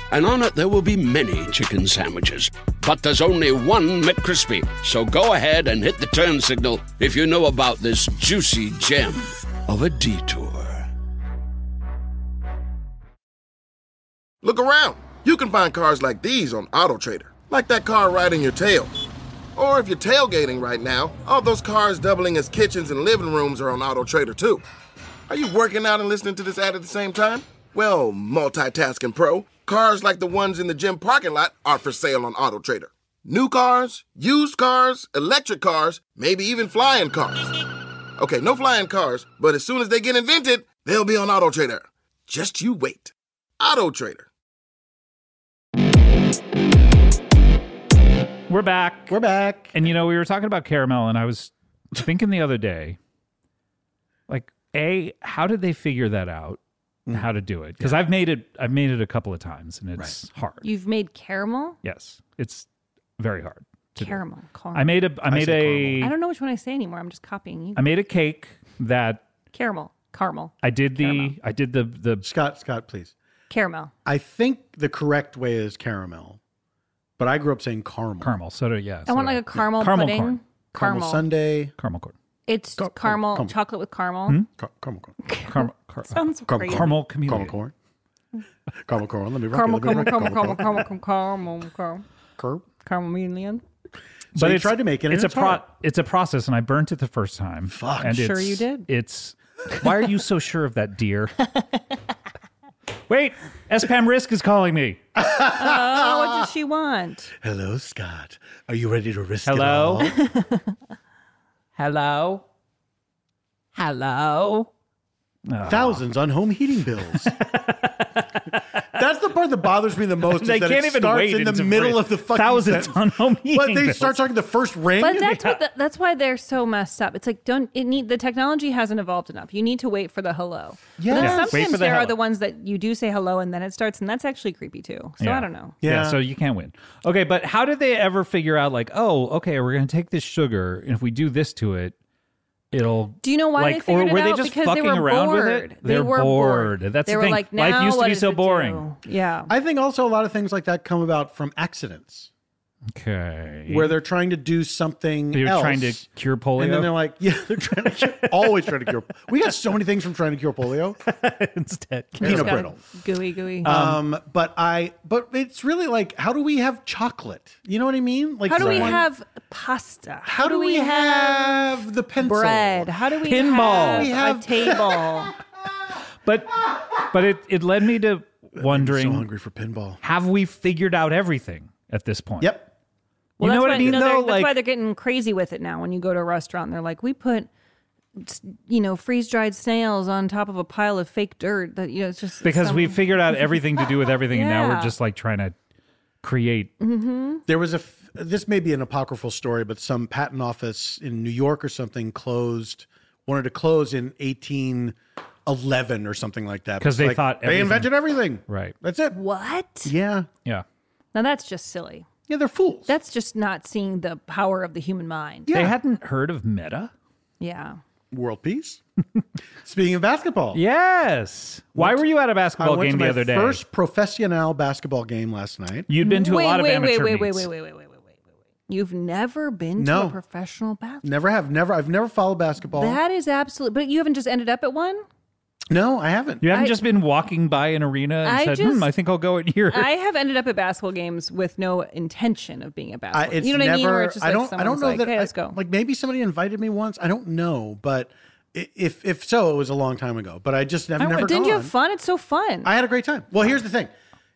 and on it there will be many chicken sandwiches. But there's only one McCrispy. So go ahead and hit the turn signal if you know about this juicy gem of a detour.
Look around. You can find cars like these on AutoTrader, like that car riding your tail. Or if you're tailgating right now, all those cars doubling as kitchens and living rooms are on AutoTrader too. Are you working out and listening to this ad at the same time? Well, multitasking pro, cars like the ones in the gym parking lot are for sale on AutoTrader. New cars, used cars, electric cars, maybe even flying cars. Okay, no flying cars, but as soon as they get invented, they'll be on AutoTrader. Just you wait. AutoTrader.
We're back. We're back. And you know, we were talking about caramel, and I was thinking the other day, like, a, how did they figure that out? and How to do it? Because I've made it. I've made it a couple of times, and it's hard.
You've made caramel?
Yes, it's very hard. To do.
Caramel. Caramel.
I made a. I made
I
a.
don't know which one I say anymore. I'm just copying you.
I made a cake that
caramel. Caramel.
I did the. I did the the
Scott. Scott, please.
Caramel.
I think the correct way is caramel, but I grew up saying caramel.
Caramel. So do, yeah.
I want like a caramel, pudding.
Caramel,
Caramel.
Sunday.
Caramel corn.
It's caramel,
caramel.
chocolate with caramel.
Hmm? Car- caramel corn.
Caramel. Car-
Sounds
caramel
crazy.
corn.
Caramel chameleon.
Caramel corn. Caramel corn. Let me rock
Caramel,
it. Let me
caramel, caramel,
rock it.
caramel, caramel, caramel, caramel,
caramel,
caramel, million.
So you
it's-
tried to make it. and
It's a
it's hard.
It's a process, and I burnt it the first time. Fuck, and
Sure
it's-
you did.
It's. Why are you so sure of that, dear? Wait, SPAM Risk is calling me.
oh, what does she want?
Hello, Scott. Are you ready to risk
Hello?
it all?
Hello.
oh.
Hello.
Thousands on home heating bills. That's the part that bothers me the most. is
They
that
can't
it
even
starts
wait
in the
until
middle
free-
of the fucking
Thousands
sentence.
on home
But
heating
they
bills.
start talking the first ring.
But that's what the, that's why they're so messed up. It's like don't it need the technology hasn't evolved enough. You need to wait for the hello. But then
Yes. Yeah, wait
sometimes
for the
there
hello.
are the ones that you do say hello and then it starts and that's actually creepy too. So
Yeah.
I don't know.
Yeah. so you can't win. Okay, but how did they ever figure out like, oh, okay, we're gonna take this sugar and if we do this to it, it'll
Do you know why
like,
they figured
or were
it
they
out?
just
Because they
fucking
were
around
bored.
with it?
They
They're
were bored.
bored. That's
They
the
were
thing.
like,
Life
now
used to
what
be
does
so
it
boring.
Yeah.
I think also a lot of things like that come about from accidents
Okay.
where they're trying to do something.
They were
else,
trying to cure polio.
And then they're like, yeah, they're trying to cure, always trying to cure. We got so many things from trying to cure polio.
Instead,
peanut
Just got
brittle.
Gooey gooey.
Uh,
Um, but I, but it's really like, how do we have chocolate? You know what I mean? Like,
how do we
someone-
have pasta?
How do we have the pencil?
bread? How do we
Pinball.
have,
We
a table?
but but it, it led me to
so
wondering
hungry for pinball.
Have we figured out everything at this point?
Yep.
You know
that's
what I
why-
mean
no,
though?
they're- that's
Like
why they're getting crazy with it now. When you go to a restaurant, and they're like, "We put, s- you know, freeze dried snails on top of a pile of fake dirt." That you know, it's just
because
some-
we figured out everything to do with everything and now we're
Yeah.
just like trying to create
Mhm.
There was a. f- This may be an apocryphal story, but some patent office in New York or something closed, wanted to close in eighteen eleven or something like that.
'Cause
It's
they
like,
thought
they
everything-
invented everything.
right.
That's it.
What?
Yeah.
Yeah.
Now that's just silly.
Yeah, they're fools.
That's just not seeing the power of the human mind.
They hadn't heard of meta?
yeah.
World peace. Speaking of basketball,
Yes. Why were you at a
Oh. I
basketball
went
game
to
the
my
other day?
first professional basketball game last night.
You'd been to
wait,
a lot
wait,
of amateur
wait, wait,
meets.
wait, wait, wait, wait, wait, wait, wait, wait. You've never been to
No.
a professional basketball.
Never have. Never. I've never followed basketball.
That is absolute. But you haven't just ended up at one.
no, I haven't.
You haven't
I-
just been walking by an arena and
I
said,
just-
"Hmm, I think I'll go in here."
I have ended up at basketball games with no intention of being a
I,
basketball.
it's
you know what
never.
I mean? Where it's just
I
like
don't. I don't
someone's
know
like,
that.
Hey,
I-
let's go.
Like maybe somebody invited me once. I don't know, but i- if if so, it was a long time ago. But I just have
I
never.
went- Didn't you
gone.
have fun? It's so fun.
I had a great time. Well, here's the thing.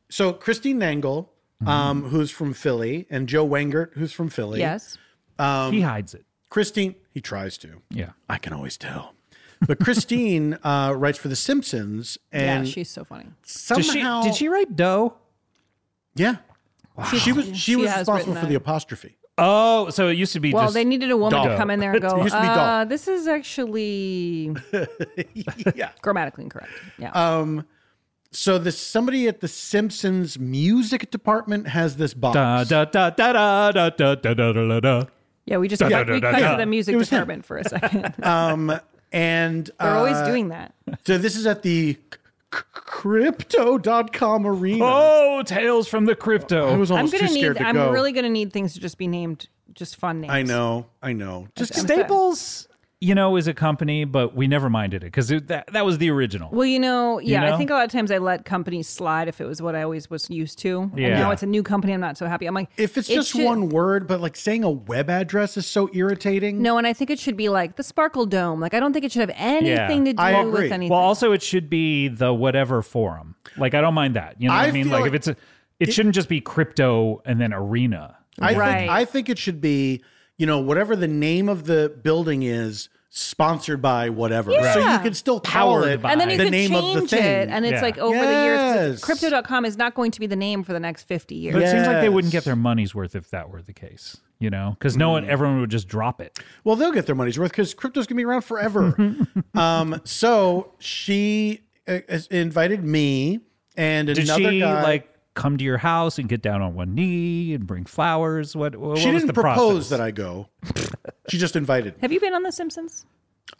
So Christine Nangle,
Mm-hmm.
um, who's from Philly, and Joe Wangert, who's from Philly.
yes.
Um,
he hides it.
Christine, he tries to.
Yeah.
I can always tell. But Christine uh, writes for The Simpsons, and
yeah, she's so funny.
Does
somehow
she, did she write dough?
Yeah. She was she,
She
was
has
responsible
written
for the
that.
apostrophe.
Oh, so it used to be.
well,
just
they needed a woman
dough.
to come in there and go.
It used to be dough.
uh, this is actually grammatically incorrect. Yeah.
Um, so this somebody at the Simpsons music department has this box.
Da, da, da, da, da, da, da, da, da, da, da.
yeah, we just
da,
cut,
da, da,
we
da,
cut
da.
to the music
It was him.
department for a second.
Um, and
They're always
uh,
doing that.
So this is at the c- c- crypto.com arena.
Oh, tales from the crypto.
I was
I'm
almost
gonna
too scared
need.
to
I'm
go.
really gonna need things to just be named just fun names.
I know, I know. Just
I'm sad.
Staples, you know, is a company, but we never minded it because that that was the original.
Well, you know, yeah,
know?
I think a lot of times I let companies slide if it was what I always was used to.
Yeah.
And now it's a new company. I'm not so happy. I'm like,
if it's
it
just
should-
one word, but like saying a web address is so irritating.
No, and I think it should be like the Sparkle Dome. Like, I don't think it should have anything to do
I agree.
with anything.
Well, also it should be the whatever forum. Like I don't mind that. You know what I,
I
mean?
feel
Like,
like
if it's a, it, shouldn't just be crypto and then arena.
I
Right.
think I think it should be, you know, whatever the name of the building is, sponsored by whatever. So you
Yeah.
can still call
Powered
it
by.
and then you
the
could
name
change
of the thing.
it. And it's
Yeah.
like over the years,
Yes.
'cause crypto.com is not going to be the name for the next 50 years.
But it seems like they
Yes.
wouldn't get their money's worth if that were the case. You know, because no
Hmm.
one, everyone would just drop it.
well, they'll get their money's worth because crypto's gonna be around forever. um, so she uh, has invited me and
Did
another
she
guy.
like come to your house and get down on one knee and bring flowers? What? what
she
was
didn't
the
propose
process?
that I go. she just invited. me.
Have you been on The Simpsons?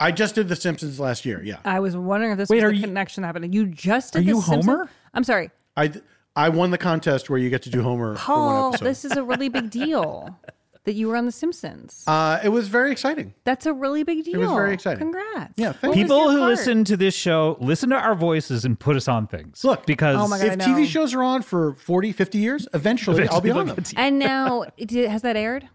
I just did The Simpsons last year. Yeah,
I was wondering if this
Wait,
was
are
the
you-
connection that happened. You just did
Are
The
you
Simpsons?
Homer?
I'm sorry.
I I won the contest where you get to do Homer for one
Paul,
episode.
this is a really big deal that you were on The Simpsons.
uh, it was very exciting.
That's a really big deal.
It was very exciting.
Congrats.
Yeah, thank
What was
People
your
who
part?
listen to this show listen to our voices and put us on things.
Look,
because
Oh my God,
if
I know.
TV shows are on for 40, 50 years, eventually, I'll be on them.
And now, it- has that aired?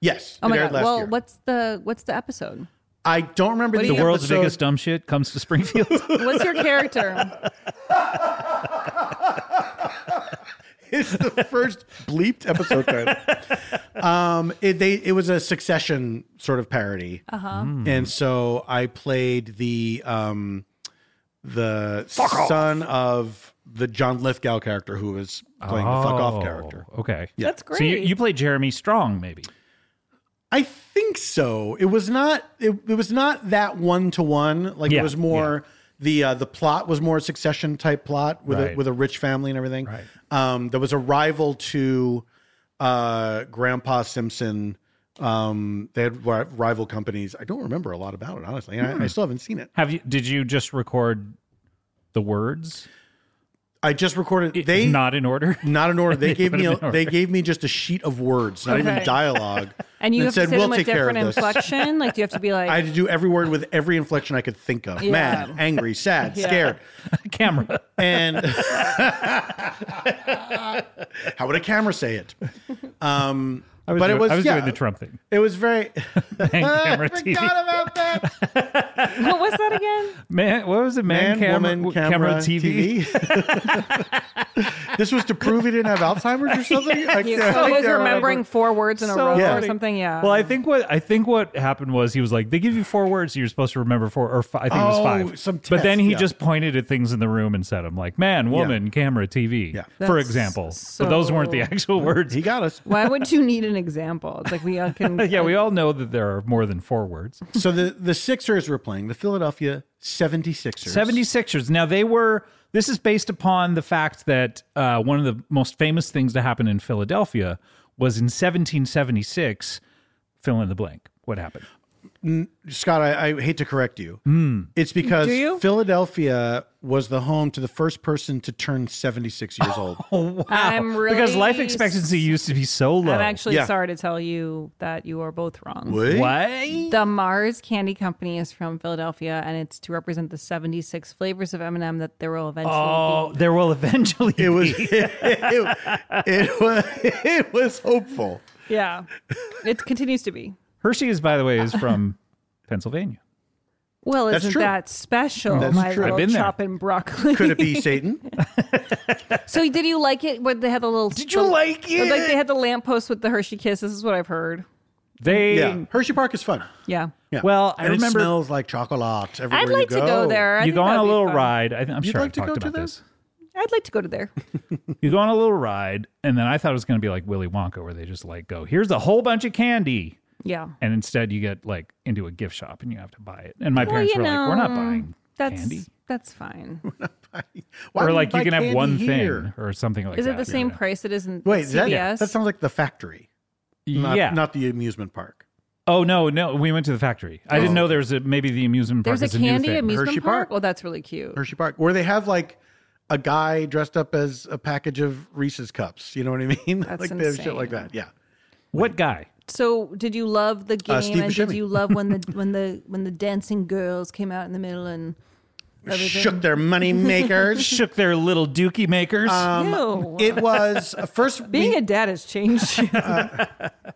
Yes.
Oh my
it aired
god!
last
Well,
year.
what's the what's the episode?
I don't remember
What
the,
do
the
you-
world's
episode.
biggest dumb shit comes to Springfield.
What's your character?
it's the first bleeped episode title. Um, it, they, it was a succession sort of parody.
Uh-huh. Mm.
And so I played the um, the
Fuck off.
son of the John Lithgow character who was playing the fuck off
Oh,
character.
Okay.
Yeah. That's
So you,
great.
you play Jeremy Strong, maybe.
I think so. It was not. It, it was not that one to one. Like
Yeah,
it was more the uh, the plot was more a succession type plot with a,
Right.
with a rich family and everything. Right. Um, there was a rival to uh, Grandpa Simpson. Um, they had ri- rival companies. I don't remember a lot about it honestly, and
Hmm.
I, I still haven't seen it.
Have you? Did you just record the words?
I just recorded. they
not in order.
Not in order. They
They
gave
put
me.
them
A,
in order.
they gave me just a sheet of words, not
Okay.
even dialogue.
And you
It
have to say them with different inflection. like, do you have to be like,
I had to do every word with every inflection I could think of.
Yeah.
Mad, angry, sad,
Yeah.
scared.
Camera.
And how would a camera say it? Um
I was
but
doing,
it was
I was
yeah,
doing the Trump thing.
It was very
camera,
I
TV.
forgot about that.
what was that again?
Man, what was it?
Man,
Man, camera,
woman,
w-
camera,
TV.
this was to prove he didn't have Alzheimer's or something. I
you
can't- I
always
can't
remembering
remember.
four words in a row or
funny.
something. Yeah.
Well, I think what I think what happened was he was like, they give you four words, you're supposed to remember four or five, I think it was
Oh,
five.
some
but then
test,
he
yeah.
just pointed at things in the room and said, "I'm like man, woman, camera, TV." Yeah. For
That's
example, but those weren't the
so-
actual words.
He got us.
Why would you need an example? It's like we all can.
yeah, we all know that there are more than four words.
So the the Sixers were playing the Philadelphia 76ers.
76ers. Now, they were, this is based upon the fact that uh, one of the most famous things to happen in Philadelphia was in 1776, fill in the blank. What happened?
N- Scott, I, I hate to correct you.
Hmm.
It's because
Do you?
Philadelphia was the home to the first person to turn 76 years old.
Oh, wow.
I'm really
because life expectancy used to be so low.
I'm actually sorry to tell you that you are both wrong.
What?
Oh,
What?
The Mars Candy Company is from Philadelphia, and it's to represent the 76 flavors of M&M that there will eventually
Oh, there will eventually it
was
it-
it was it was hopeful.
be. Yeah, it continues to be.
Hershey's, by the way, is from Pennsylvania.
Well,
That's
isn't
true.
that special?
That's
my
true. I've
little
been there.
chop and broccoli.
Could it be Satan?
so, did you like it? Where they had the little? Did you
like
it? Like they had the lamppost with the Hershey kiss. This is what I've heard.
They
yeah. Hershey Park is fun.
Yeah.
Yeah.
Well, I
And
remember-
it smells like chocolate everywhere
I'd like
you
to
go.
go there. I
you
think
go on
that'd
a
be
little
fun.
ride. I, th- I'm
You'd
sure
like
I've
to go
talked
to
about
them?
this.
I'd like to go to there.
You go on a little ride, and then I thought it was going to be like Willy Wonka, where they just like go, here's a whole bunch of candy.
Yeah.
And instead, you get like into a gift shop and you have to buy it. And my
Well,
parents
you
were like, we're not
know,
buying
that's,
candy.
That's fine.
Why
or
would
like
buy
you can have
candy
one
here?
thing or something like
is
that.
it the same price it is in
Wait,
CVS?
that, that sounds like the factory. Not,
Yeah.
Not the amusement park.
Oh, no, no. We went to the factory. I
Oh,
didn't know there was a, maybe the amusement park
There's a
is new
candy
thing.
amusement park? Oh, that's really cute.
Hershey Park, where they have like a guy dressed up as a package of Reese's cups. You know what I mean?
That's
like they have shit like
insane.
that. Yeah.
What guy?
So, did you love the game?
Uh, Steve
and did
Buscemi.
you love when the when the when the dancing girls came out in the middle and everything?
Shook their money makers.
Shook their little dookie makers.
Uh, Ew.
Um, it was uh, first
Being
we-
a dad has changed.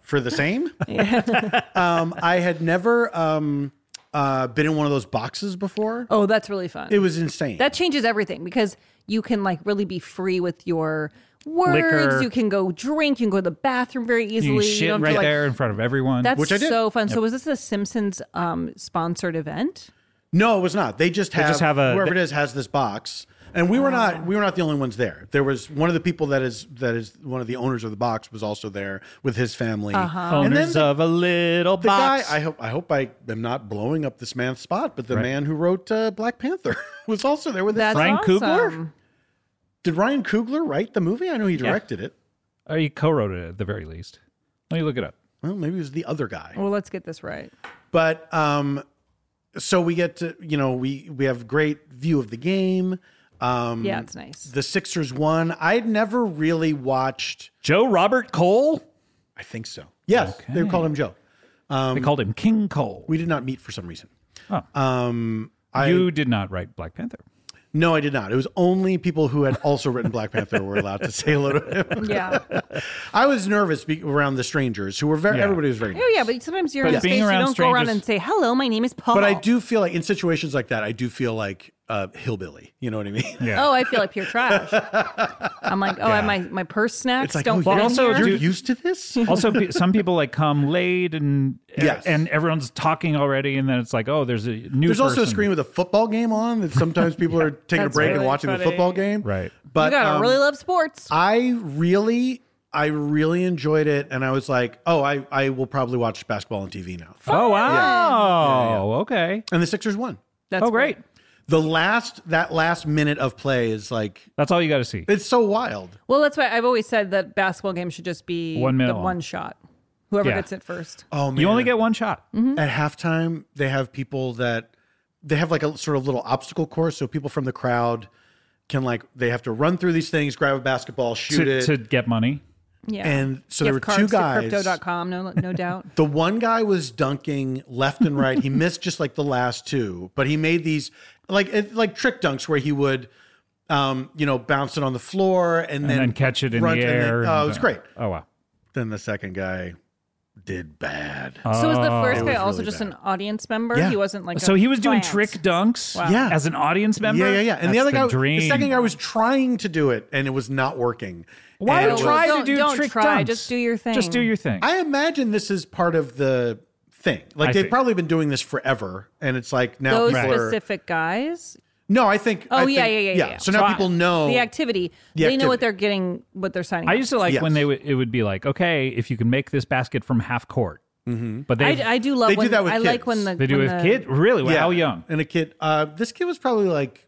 for the same.
Yeah.
um, I had never um, uh, been in one of those boxes before.
oh, that's really fun.
It was insane.
That changes everything because you can like really be free with your words.
Liquor.
You can go drink. You can go to the bathroom very
You
easily.
can shit
don't have to,
right
like-
there in front of everyone.
That's so fun.
Yep.
So was this a Simpsons um, sponsored event?
no, it was not. They just
They
have,
just have a-
whoever it is has this box. And we were
Oh.
not we were not the only ones there. There was one of the people that is that is one of the owners of the box was also there with his family.
Uh-huh.
And then
Owners of a little
the
box.
guy I hope I hope I am not blowing up this man's spot, but the
Right.
man who wrote uh, Black Panther was also there with
That's
his
Ryan awesome. Coogler?
Did Ryan Coogler write the movie? I know he
Yeah.
directed it.
Or Oh, you co-wrote it at the very least. Let me look it up.
Well, maybe it was the other guy.
Well, let's get this right.
But um, so we get to you know we we have great view of the game. Um,
Yeah, it's nice.
The Sixers won. I'd never really watched
Joe Robert Cole.
I think so. Yes, they called him Joe. Um,
They called him King Cole.
We did not meet for some reason.
Oh.
Um, I,
you did not write Black Panther.
No, I did not. It was only people who had also written Black Panther were allowed to say hello to him.
Yeah.
I was nervous be- around the strangers who were very.
Yeah.
Everybody was very.
Oh yeah, but sometimes you're
But
in a
being
space you
around
don't go around
strangers-
and say hello. My name is Paul.
But I do feel like in situations like that, I do feel like uh, hillbilly. You know what I mean?
Oh, I feel like pure trash. I'm like, oh, my my purse snacks
It's like,
don't
oh,
fit in
also,
here.
you're used to this.
also, pe- some people like come late and er,
Yes.
and everyone's talking already, and then it's like, oh, there's a new.
There's also a
person.
screen with a football game on that sometimes people are taking a
That's
break and
really
watching the
funny.
football game.
Right.
But
you gotta
um,
really love sports.
I really, I really enjoyed it, and I was like, oh, I, I will probably watch basketball on TV now.
Oh wow! Okay.
And the Sixers won.
That's
oh great.
The last that last minute of play is like
that's all you got to see.
It's so wild.
Well, that's why I've always said that basketball games should just be
One minute
the
long.
one shot. Whoever
Yeah.
gets it first.
Oh man,
You only get one shot.
At halftime, they have people that they have like a sort of little obstacle course, so people from the crowd can like they have to run through these things, grab a basketball, shoot
to,
it.
to get money.
Yeah.
And so there
Gift
were two
cards to
guys-
Crypto.com, no, no doubt.
The one guy was dunking left and right. he missed just like the last two, but he made these like it, like trick dunks where he would, um, you know, bounce it on the floor and,
And then catch it in the
run- and then-
air and-
oh, it was great.
Oh wow!
Then the second guy did bad.
Uh,
So was the
It
first
was
guy also
really
just
bad.
an audience member?
Yeah.
He wasn't like.
Oh. so
a
he was doing
plant.
trick dunks.
Wow.
Yeah.
As an audience member.
Yeah, yeah, yeah. And the
That's
other guy,
dream.
the second guy was trying to do it and it was not working.
Why
And
would
it
try
was-
to do
don't
trick
try,
dunks?
just do your
Just do
thing.
your thing.
I imagine this is part of the thing. Like
I
they've
see.
probably been doing this forever, and it's like now
Those
people are.
specific guys.
No, I think.
Oh
I
yeah,
think-
yeah, yeah, yeah, yeah.
So now people know.
the activity.
the
they know what they're getting, what they're signing.
I
up
used to like
for.
when they would it would be like, okay, if you can make this basket from half court. Mm-hmm. But they
I, I do love.
They do
when,
that with
I like
kids.
when the
They do
when
with
the-
kid? Really? Well, how young?
And a kid. Uh, this kid was probably like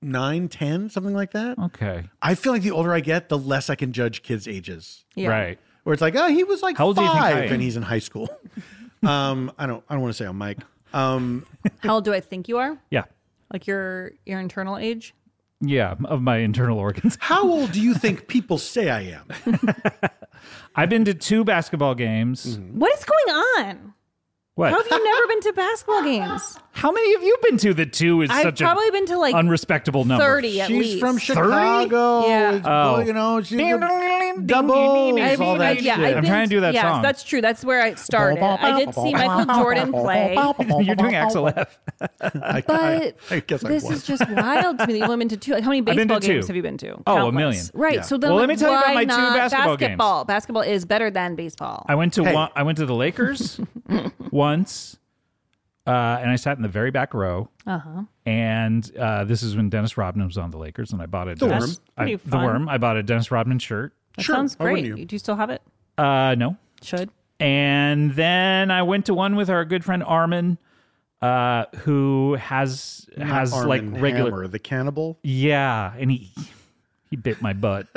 nine, ten, something like that.
Okay.
I feel like the older I get, the less I can judge kids' ages.
Yeah. Right.
Where it's like, oh, he was like
How old do you think I
five,
am?
and he's in high school. um, I don't. I don't want to say on mic. Um,
How old do I think you are?
Yeah.
Like your your internal age?
Yeah, of my internal organs.
How old do you think people say I am?
I've been to two basketball games.
Mm-hmm.
Mm. What is going on?
What?
How have you never been to basketball games?
How many have you been to that two is
I've
such
probably
a
been to, like,
unrespectable number?
30 at She's least. from
30?
Chicago.
Yeah.
Oh.
You know, she's a
I've
double.
been-
all that
yeah,
shit.
I've been yes, that's true. That's where I started. I did see Michael Jordan play.
You're doing Axel F.
I,
But
I guess I
this
was.
is just wild to me. that You've only been to two. Like, how many
I've been
baseball
to two.
games have you been to?
Oh, a
Countless.
million.
Right.
Yeah.
So then,
Well, let me tell you about
why
my two
not
basketball games.
basketball? Basketball is better than baseball.
I went to
Hey.
one, I went to the Lakers once, uh, and I sat in the very back row.
Uh huh.
And uh, this is when Dennis Rodman was on the Lakers, and I bought a
The
Dennis,
Worm.
I-
Pretty
the
fun.
worm. I bought a Dennis Rodman shirt.
That
Oh,
sounds great. Do you still have it?
Uh, no.
Should.
And then I went to one with our good friend Armin, uh, who has
Not
has
Armin
like regular
Hammer, the cannibal.
Yeah, and he he bit my butt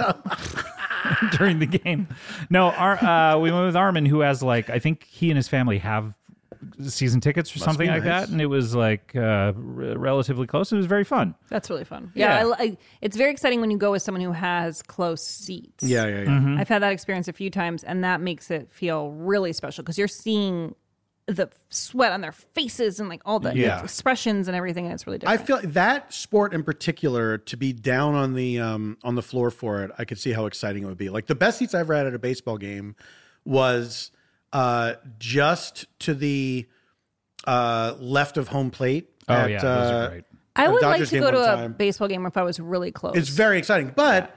during the game. No, our, uh, we went with Armin, who has like I think he and his family have season tickets or
Must
something
be
like
nice.
that, and it was like uh, r- relatively close. It was very fun.
That's really fun. Yeah,
Yeah.
I, I, it's very exciting when you go with someone who has close seats.
Yeah, yeah, yeah.
Mm-hmm.
Mhm.
I've had that experience a few times, and that makes it feel really special because you're seeing the sweat on their faces and like all the
Yeah.
expressions and everything, and it's really
I
different.
feel that sport in particular to be down on the um, on the floor for it. I could see how exciting it would be. Like the best seats I ever had at a baseball game was uh, just to the uh, left of home plate.
Oh,
at,
yeah, those are
uh,
great.
I
a
would
Dodgers
like
game
to go to
one
a
time.
baseball game if I was really close.
It's very exciting, but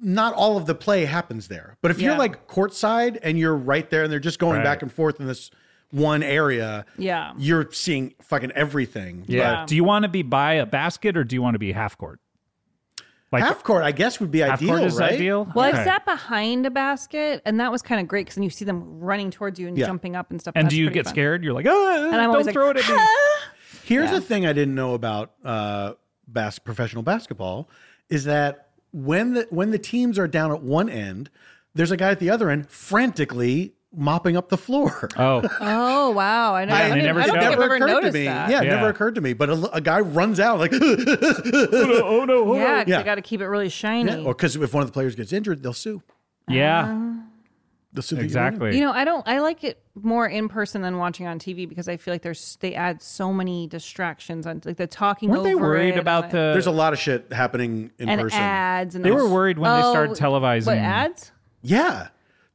not all of the play happens there. But if you're
Yeah.
like courtside and you're right there, and they're just going
Right.
back and forth in this one area,
yeah.
you're seeing fucking everything.
Yeah.
But
Do you want to be by a basket or do you want to be half court? Like
half court, I guess, would be
half
ideal.
court is
right?
ideal.
Well,
Okay.
I've sat behind a basket, and that was kind of great because then you see them running towards you and
Yeah.
jumping up and stuff.
And
that's
do you
pretty
get
fun.
scared? You're like, ah,
And I'm
don't
always like, "Ah."
throw it at me.
Here's
Yeah.
the thing I didn't know about uh, bas- professional basketball is that when the when the teams are down at one end, there's a guy at the other end frantically mopping up the floor.
Oh,
Oh wow! I know. I, didn't- I don't think I've ever
to
noticed
me.
that.
Yeah, it never occurred to me. But a, a guy runs out like, oh no,
oh no,
Yeah, 'cause they got to keep it really shiny.
or because if one of the players gets injured, they'll sue.
Yeah.
They'll sue the
Exactly.
Uh-huh. You know, I don't. I like it more in person than watching on TV because I feel like there's they add so many distractions on like the talking.
Weren't they
over
worried
it
about
and
the-
There's a lot of shit happening in
and
person.
ads and
They
all-
were worried when they started
Oh,
televising-
What ads?
Yeah.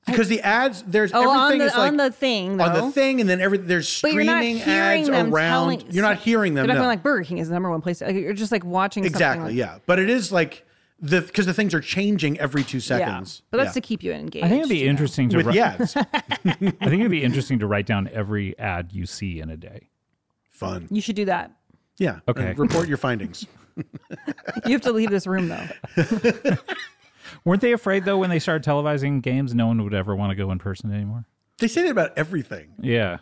because the ads there's
Oh,
everything
on the,
is like
on the thing,
on
though.
the thing, and then every there's
But you're
streaming
not hearing
ads
them
around.
telling-
you're not hearing them.
You're
no.
not going like Burger King is the number one place. Like, you're just like watching something
exactly,
like-
yeah. But it is like the because the things are changing every two
Yeah.
seconds.
But that's
Yeah.
to keep you engaged.
I think it'd be interesting to
With
write.
the ads.
I think it'd be interesting to write down every ad you see in a day.
Fun.
you should do that.
Yeah.
Okay.
And report your findings.
You have to leave this room though.
Weren't they afraid though when they started televising games, no one would ever want to go in person anymore?
They say that about everything.
Yeah.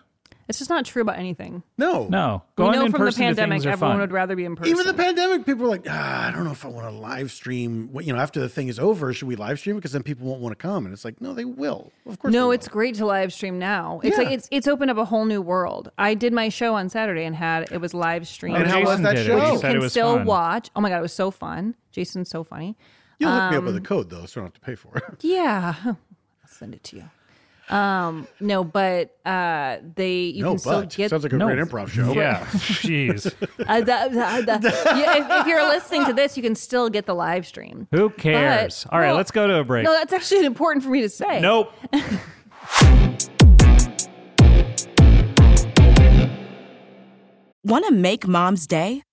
It's just not true about anything.
No.
No.
We
Going
know
in
from the
person to
pandemic,
things are
everyone
fun.
would rather be in person.
Even the pandemic, people were like, ah, I don't know if I want to live stream. What- You know, after the thing is over, should we live stream? Because then people won't want to come. And it's like, no, they will. Of course.
no, it's great to live stream now. It's
Yeah.
like it's it's opened up a whole new world. I did my show on Saturday and had it was
Oh,
live streamed.
And how was Jason that did it. show?
Which
He
you
said
can
it was
still
fun.
watch. Oh my god, it was so fun. Jason's so funny.
You'll hook me up with a
Um,
code, though, so I don't have to pay for it.
Yeah, I'll send it to you. Um, no, but uh, they you
no,
can
but.
still get
Sounds like a great improv show.
Yeah. Jeez.
Uh, da- da- da- Yeah, if, if you're listening to this, you can still get the live stream.
Who cares? All right,
well,
let's go to a break.
No, that's actually important for me to say.
nope.
Want to make mom's day?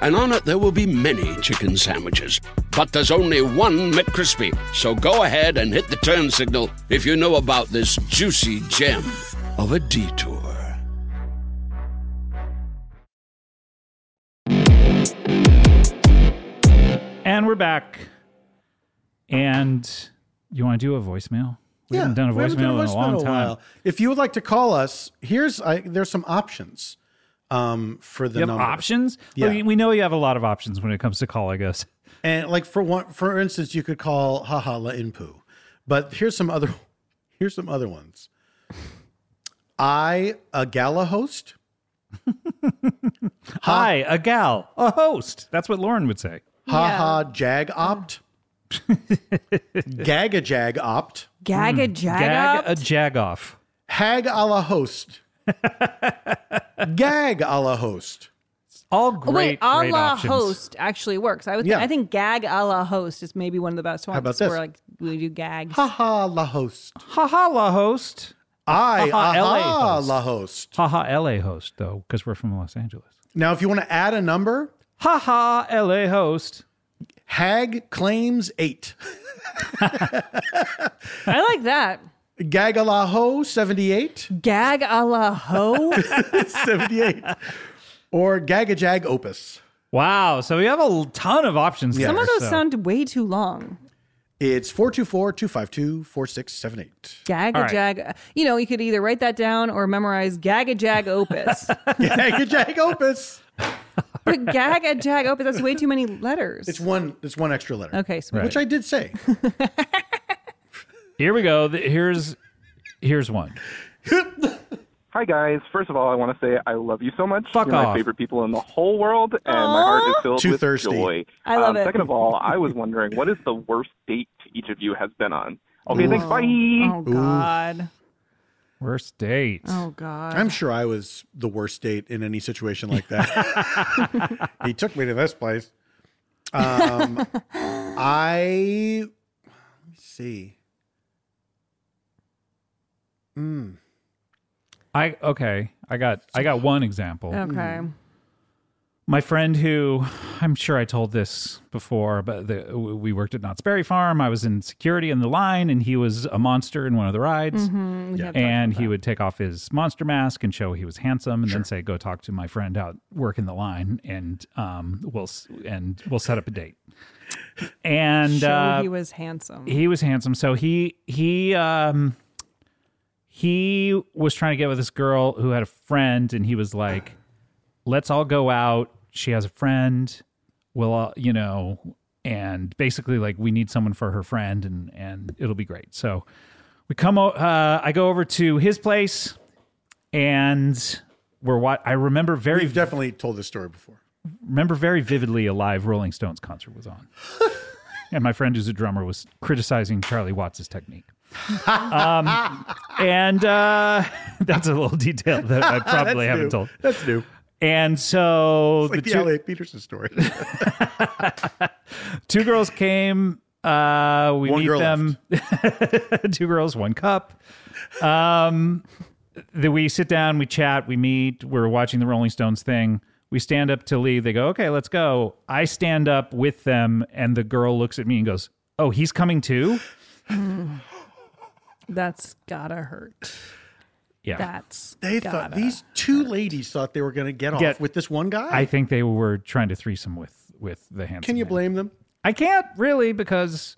and on it there will be many chicken sandwiches. But there's only one McCrispy. So go ahead and hit the turn signal if you know about this juicy gem of a detour.
And we're back. And you want to do a voicemail? We haven't done a
we haven't done
voicemail in a long
voicemail
time.
If you would like to call us, here's I, there's some options um, for the
You have
number.
options?
Yeah.
Look, we know you have a lot of options when it comes to calling us.
And like for one, for instance, you could call haha la inpu, but here's some other here's some other ones. I a gala host.
Hi, a gal, a host. That's what Lauren would say.
Haha jag opt. Gag a jag opt.
Gag a jag Gag opt?
Mm. a jag off.
Hag a la host. Gag a la host.
All
Oh, Wait, a la host actually works. I would,
Yeah.
I think gag a la host is maybe one of the best ones.
about
It's where,
this?
like we do gags.
Ha ha la host.
Ha ha la host.
I
Ha ha,
aha
LA host.
la host.
Ha ha LA host, though, because we're from Los Angeles.
Now, if you want to add a number,
ha ha LA host.
Hag claims eight.
I like that.
Gagalaho seventy eight.
Gag a la ho.
seventy eight. Or Gagajag Opus.
Wow. So we have a l- ton of options.
Some
there,
of those
so-
sound way too long.
It's 424-252-4678.
Gag
All
a
right.
jag. You know, you could either write that down or memorize gag a jag opus.
Gagajag Opus.
but gag a jag opus, that's way too many letters.
It's one it's one extra letter.
Okay, sweet.
Which I did say.
Here we go. Th- Here's here's one.
Hi guys. First of all, I want to say I love you so much.
Fuck
You're
off.
my favorite people in the whole world, and my heart is filled
Too
with
thirsty.
joy.
I love
um,
it.
Second of all, I was wondering what is the worst date each of you has been on. Okay, thanks.
Ooh.
Bye.
Oh, God.
Worst date.
Oh, God.
I'm sure I was the worst date in any situation like that. he took me to this place. Um, I let me see. Mm.
I okay. I got I got one example.
Okay.
uh,
My friend who I'm sure I told this before, but the, we worked at Knott's Berry Farm. I was in security in the line, and he was a monster in one of the rides.
Mhm, we Yeah. have talked
And he would take off his monster mask and show he was handsome, and then say, "Go talk to my friend out working the line, and um, we'll s- and we'll set up a date." And
Show
uh,
he was handsome.
he was handsome. So he he um he was trying to get with this girl who had a friend, and he was like, "Let's all go out. She has a friend. We'll all, you know." And basically, like, we need someone for her friend, and and it'll be great. So we come. o- Uh, I go over to his place, and we're what I remember very. We've
definitely told this story before.
Remember very vividly a live Rolling Stones concert was on, and my friend who's a drummer was criticizing Charlie Watts' technique. um, and uh, that's a little detail that I probably
That's
haven't
new.
told.
That's new.
And so
It's like the,
two-
L.A. Peterson story.
two girls came. Uh, we
One
meet
girl
them. two girls, one cup. Um, that we sit down, we chat, we meet. We're watching the Rolling Stones thing. We stand up to leave. They go, "Okay, let's go." I stand up with them, and the girl looks at me and goes, "Oh, he's coming too."
Mm. That's gotta hurt.
Yeah.
That's
they thought
gotta-
these two ladies thought they were going to get,
Get-
off with this one guy.
I think they were trying to threesome with with the handsome.
Can you
man.
blame them?
I can't really because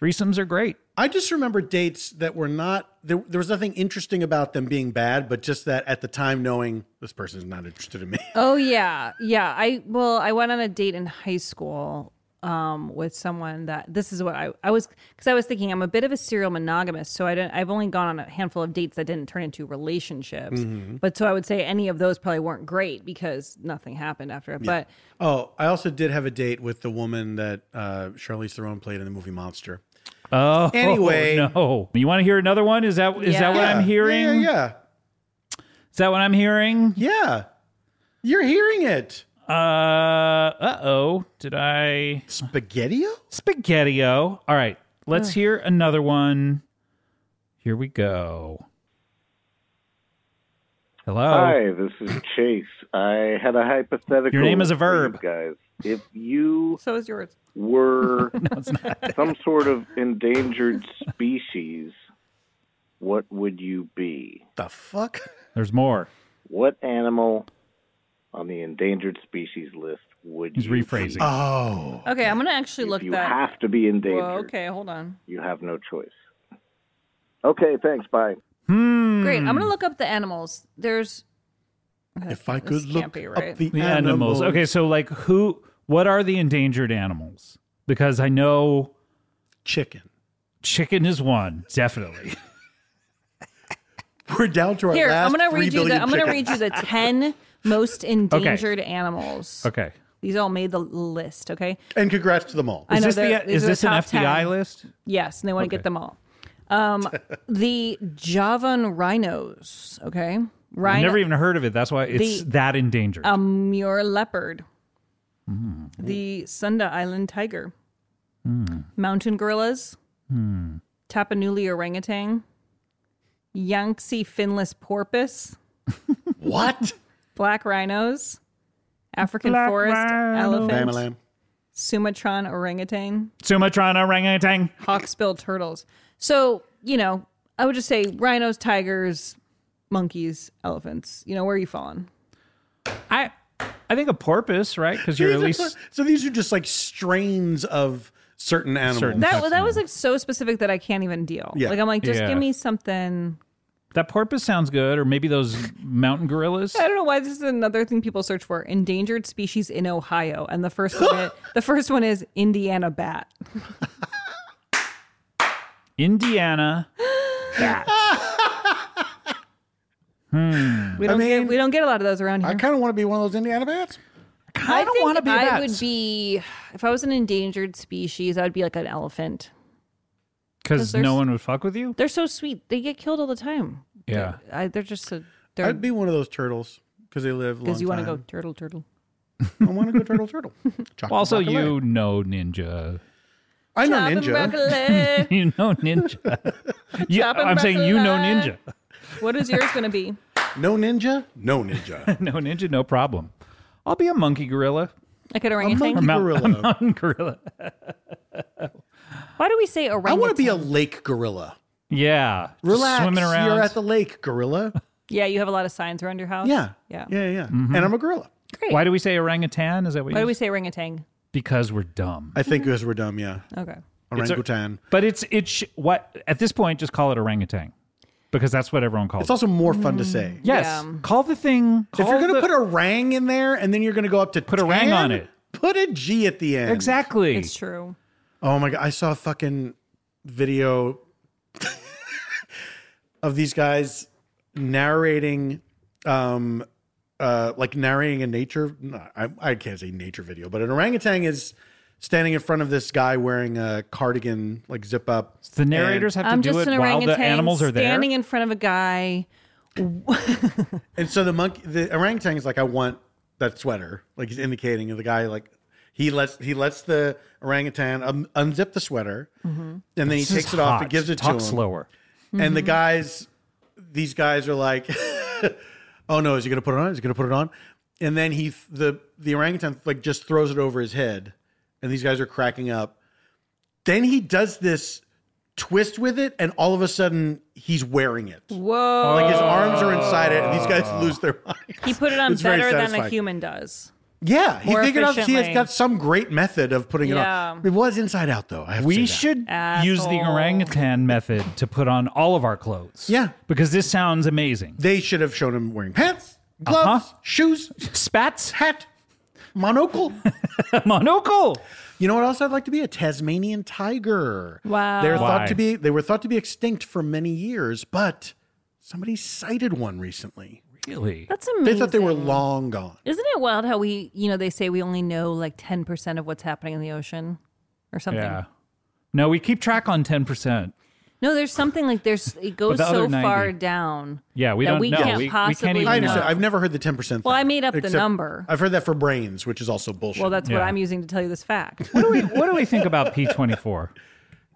threesomes are great.
I just remember dates that were not there. There was nothing interesting about them being bad, but just that at the time knowing this person's not interested in me.
Oh yeah, yeah. I well, I went on a date in high school um, with someone that this is what I I was because I was thinking I'm a bit of a serial monogamist, so I didn't. I've only gone on a handful of dates that didn't turn into relationships,
Mhm.
but so I would say any of those probably weren't great because nothing happened after it. But
Oh, I also did have a date with the woman that uh, Charlize Theron played in the movie Monster.
Oh,
Anyway.
no. You want to hear another one? Is that is that what
Yeah.
I'm
Yeah,
hearing?
yeah, yeah.
Is that what I'm hearing?
Yeah. You're hearing it.
Uh uh oh. Did I
Spaghettio?
Spaghettio. All right. Let's
Ugh.
hear another one. Here we go. Hello.
Oh.
Hi, this is Chase. I had a hypothetical.
Your name is a
for you
verb.
guys. If you
so is yours.
were some sort of endangered species, what would you be?
The fuck?
There's more.
What animal on the endangered species list would
He's
you be?
rephrasing.
Oh.
okay, I'm gonna actually Uh, look
You
that.
have to be endangered.
Whoa, okay, hold on.
You have no choice. Okay, thanks. Bye.
Hmm.
Great. I'm gonna look up the animals. There's
If I
This
could
can't
look
be
up
right.
the,
The animals. Okay, so like who what are the endangered animals? Because I know
chicken.
Chicken is one, definitely.
We're down to our
here.
last
I'm gonna
three
read you the.
billion
I'm gonna read
chickens.
you the ten most endangered animals.
Okay.
These all made the list, okay?
And congrats to them all.
I
Is
know
this
they're-
the
these
is
are the
this an
top
FBI
10.
list?
Yes, and they want
Okay.
to get them all. Um, the Javan rhinos, okay?
I've
Rhino,
never even heard of it. That's why it's
The- Oh.
that endangered.
a Muir leopard,
Hmm.
the Sunda Island tiger,
Hmm.
mountain gorillas,
Hmm.
Tapanuli orangutan, Yangtze finless porpoise.
what?
Black rhinos, African
Black
forest
rhinos.
elephant,
Bam-a-lam.
Sumatran orangutan,
Sumatran orangutan.
hawksbill turtles. So, you know, I would just say rhinos, tigers, monkeys, elephants. You know, where are you falling?
I I think a porpoise, right? Because you're at
These are-
least
so these are just like strains of certain animals.
That was that was like so specific that I can't even deal.
Yeah.
Like I'm like, just
Yeah.
give me something.
that porpoise sounds good, or maybe those mountain gorillas.
I don't know why this is another thing people search for: endangered species in Ohio. And the first one, the first one is Indiana bat.
Indiana.
We don't get we don't get a lot of those around here.
I kind of want to be one of those Indiana bats.
I
don't
think
wanna be
I
that.
would be if I was an endangered species. I'd be like an elephant.
Because
there's-
no one would fuck with you.
They're so sweet. They get killed all the time.
Yeah.
I, they're just so. They're
I'd be one of those turtles because they live.
because
Because
you want to go turtle turtle.
I want to go turtle turtle. Chocolate
also,
chocolate.
you know ninja.
I know
Chopping
ninja.
broccoli.
you know ninja. You-
Chopping
I'm saying you know ninja.
broccoli. What is yours going to be?
no ninja. No ninja.
no ninja, no problem. I'll be a monkey gorilla.
Like an orangutan.
Or mount- a mountain gorilla.
Why do we say
I
orangutan?
want to be a lake gorilla.
Yeah. just
Relax.
Swimming around.
You're at the lake, gorilla.
yeah, you have a lot of signs around your house.
Yeah.
yeah.
Yeah, yeah.
Mm-hmm.
And I'm a gorilla.
Great.
Why do we say orangutan? Is that what
Why
you
do we say orangutan?
Because we're dumb.
I think because we're dumb, yeah.
Okay.
Mm-hmm. It's a-
Orangutan.
But it's it's sh- what at this point just call it orangutan because that's what everyone calls
It's also more fun to say.
Yes. Call the thing.
If you're
call
going to
Mm. the-
put a rang in there and then you're going to go up to put
a rang on it.
put a G at the end.
Exactly.
It's true.
Oh my God. I saw a fucking video. of these guys narrating, um, uh, like narrating a nature. no, I, I can't say nature video, but an orangutan is standing in front of this guy wearing a cardigan, like zip up.
The narrators have to
I'm
do it
just an
while
orangutan
the animals are there.
standing in front of a guy.
And so the monkey, the orangutan is like, I want that sweater. Like he's indicating, and the guy like he lets he lets the orangutan um, unzip the sweater,
Mhm.
and then
This
he
is
takes it off
hot.
and gives it
Talk
to him.
slower.
And the
Mm-hmm.
Mhm.
guys, these guys are like, oh no, is he gonna put it on? Is he gonna put it on? And then he the the orangutan like just throws it over his head, and these guys are cracking up. Then he does this twist with it, and all of a sudden he's wearing it.
Whoa!
Like his arms are inside it, and these guys lose their mind.
He put it on
It's very
better than a
satisfying.
human does.
Yeah, he
More
figured out he has
efficiently.
got some great method of putting
Yeah.
it on. It was inside out though. I have
we
to say
should use the orangutan method to put on all of our clothes. Yeah. Because this sounds amazing.
They should have shown him wearing pants,
Uh-huh.
gloves, shoes,
spats,
hat, monocle,
monocle.
You know what else I'd like to be? A Tasmanian tiger.
Wow.
They're
Why?
thought to be they were thought to be extinct for many years, but somebody sighted one recently.
Really?
That's
They thought they were
amazing.
long gone.
Isn't it wild how we, you know, they say we only know like 10% of what's happening in the ocean or something?
Yeah. No, we keep track on 10%.
No, there's something like there's it goes
the
so
other 90.
far down.
Yeah, we
that
don't
we
know.
Can't
We- we can't
possibly
even
I
know.
understand. I've never heard the ten percent.
Well, I made up the number.
I've heard that for brains, which is also bullshit.
Well, that's what I'm using to tell you this fact.
What do we What do we think about P24?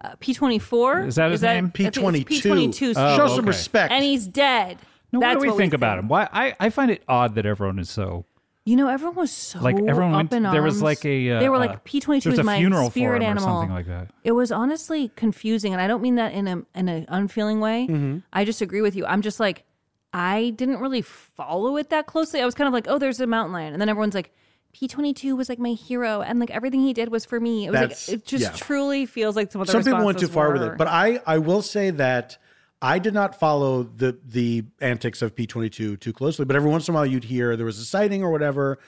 Uh, P24
Is that his name?
I think it's
P22.
P22.
Oh, Show some okay. respect.
And he's dead.
No,
That's
what do we
what
think about him? Why I, I find it odd that everyone is so
You know, everyone was so
like everyone
up
went.
in
There was
arms.
like a uh,
they were
uh,
like P twenty two
there's a
is my
funeral
spirit
for him
animal
or something like that.
It was honestly confusing, and I don't mean that in a in an unfeeling way.
Mm-hmm.
Mhm.
I just agree with you. I'm just like I didn't really follow it that closely. I was kind of like, oh, there's a mountain lion, and then everyone's like, P twenty two was like my hero, and like everything he did was for me. It was
That's-
like it just
yeah.
truly feels like some of the
some people went too
responses
far with
were-
it but i i will say that i did not follow the the antics of p22 too closely but every once in a while you'd hear there was a sighting or whatever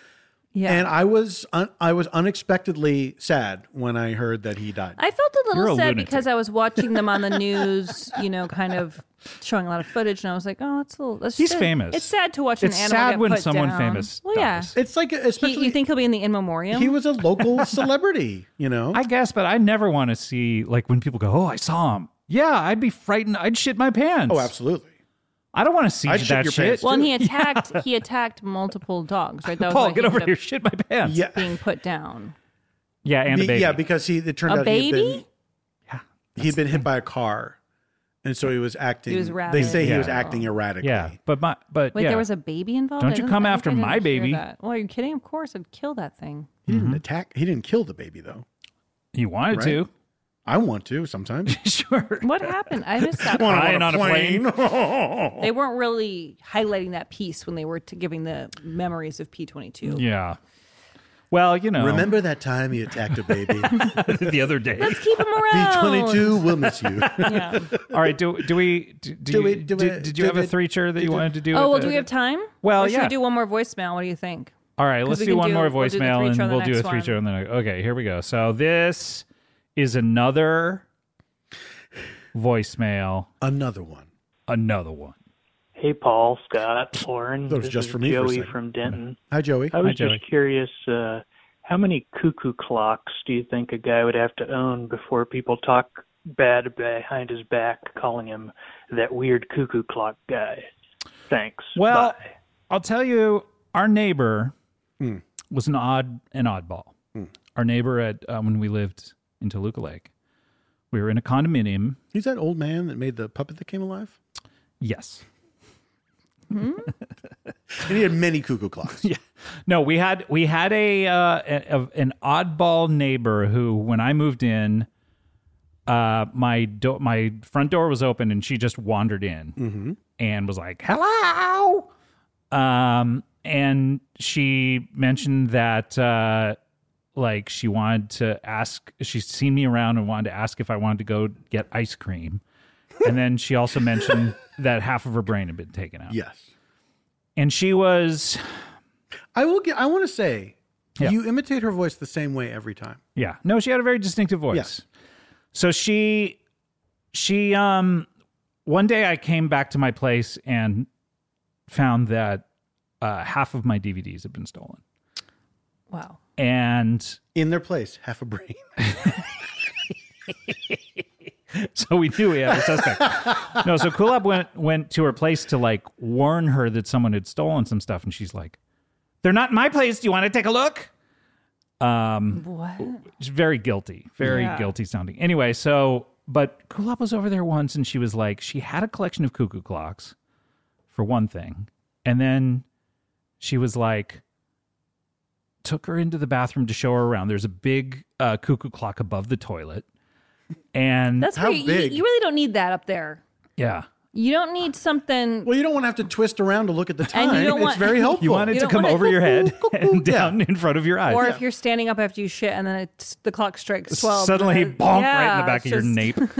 Yeah.
and i was un, i was unexpectedly sad when i heard that he died
I felt a
You're a
little sad
lunatic.
because I was watching them on the news, you know, kind of showing a lot of footage, and I was like, "Oh, it's a little." That's
He's
sad.
famous.
It's sad to watch
It's
an animal
sad
get
when
put
someone
down.
famous
Well, yeah,
it's like especially
you think he'll be in the in memoriam.
he was a local celebrity you know
I guess, but I never want to see like when people go, "Oh, I saw him." Yeah, I'd be frightened. I'd shit my pants.
Oh, absolutely.
I don't want to see
I'd
that
shit your
shit.
pants,
Well, and he attacked. He attacked multiple dogs. Right. That was
Paul,
why he
get over
ended
here.
up
Shit my pants.
Yeah.
Being put down.
Yeah, and a
Be-
baby.
yeah because he it turned
A
out he had been
baby?
he had been hit by a car and so he was acting
was
they
rabid. Oh.
say he
Yeah.
was acting erratically
Yeah, but my but
Wait,
yeah.
there was a baby involved.
Don't
I
you
didn't-
come
I think
after
I didn't
my
hear
baby.
that. Well, are you kidding? Of course, I'd kill that thing.
he didn't attack he didn't kill the baby though
he wanted to.
i want to sometimes
sure
What happened? I missed that.
Wanna
part.
ride on a plane.
they weren't really highlighting that piece when they were to giving the memories of P twenty two.
Yeah. Well, you know.
Remember that time he attacked a baby?
the other day.
Let's keep him around.
B22 will miss you.
Yeah.
All right. Do do we do, do,
Do
you,
we-
did,
do we-
did you
do
have a
we-
three chair that you wanted to do?
oh
at
well,
the-
do we have time?
Well,
or Should
yeah.
we do one more voicemail? What do you think?
All right,
'Cause
let's
we
do
can
one more
we'll do the
voicemail
three
and
on the
we'll do a
next
three
one.
chair and then okay, here we go. So this is another voicemail.
Another one.
Another one.
Hey, Paul, Scott, Lauren.
That was
this
just
is
for me for a
Joey
second.
from Denton.
Hi, Joey.
I was just curious, uh, how many cuckoo clocks do you think a guy would have to own before people talk bad behind his back, calling him that weird cuckoo clock guy? Thanks.
Well, I'll tell you, our neighbor
Hmm.
was an odd an oddball. Our neighbor at uh, when we lived in Toluca Lake, we were in a condominium.
He's that old man that made the puppet that came alive?
Yes.
And he had many cuckoo clocks.
yeah. No, we had we had a, uh, a, a- an oddball neighbor who, when I moved in, uh, my do- my front door was open and she just wandered in and was like, "Hello," um, and she mentioned that uh, like she wanted to ask. She's seen me around and wanted to ask if I wanted to go get ice cream, and then she also mentioned that half of her brain had been taken out.
Yes.
And she was.
I will get I want to say
Yeah.
you imitate her voice the same way every time.
Yeah. No, she had a very distinctive voice. So she she um one day I came back to my place and found that uh, half of my DVDs had been stolen.
Wow.
And
in their place, half a brain.
so we knew we had a suspect. no, so Kulab went went to her place to like warn her that someone had stolen some stuff, and she's like, "They're not in my place. Do you want to take a look?" Um,
What?
it's very guilty, very
Yeah.
guilty sounding. Anyway, so but Kulap was over there once, and she was like, she had a collection of cuckoo clocks, for one thing, and then she was like, took her into the bathroom to show her around. There's a big uh, cuckoo clock above the toilet, and
That's pretty, you- You, really don't need that up there.
yeah.
You don't need something. Well,
you don't want to have to twist around to look at the
And you don't
it's
want-
very helpful.
You want it to come over your head and down in front of your eyes.
Or if you're standing up after you shit and then it's, the clock strikes 12.
Suddenly,
then-
bonk right in
Yeah,
the back
it's
of your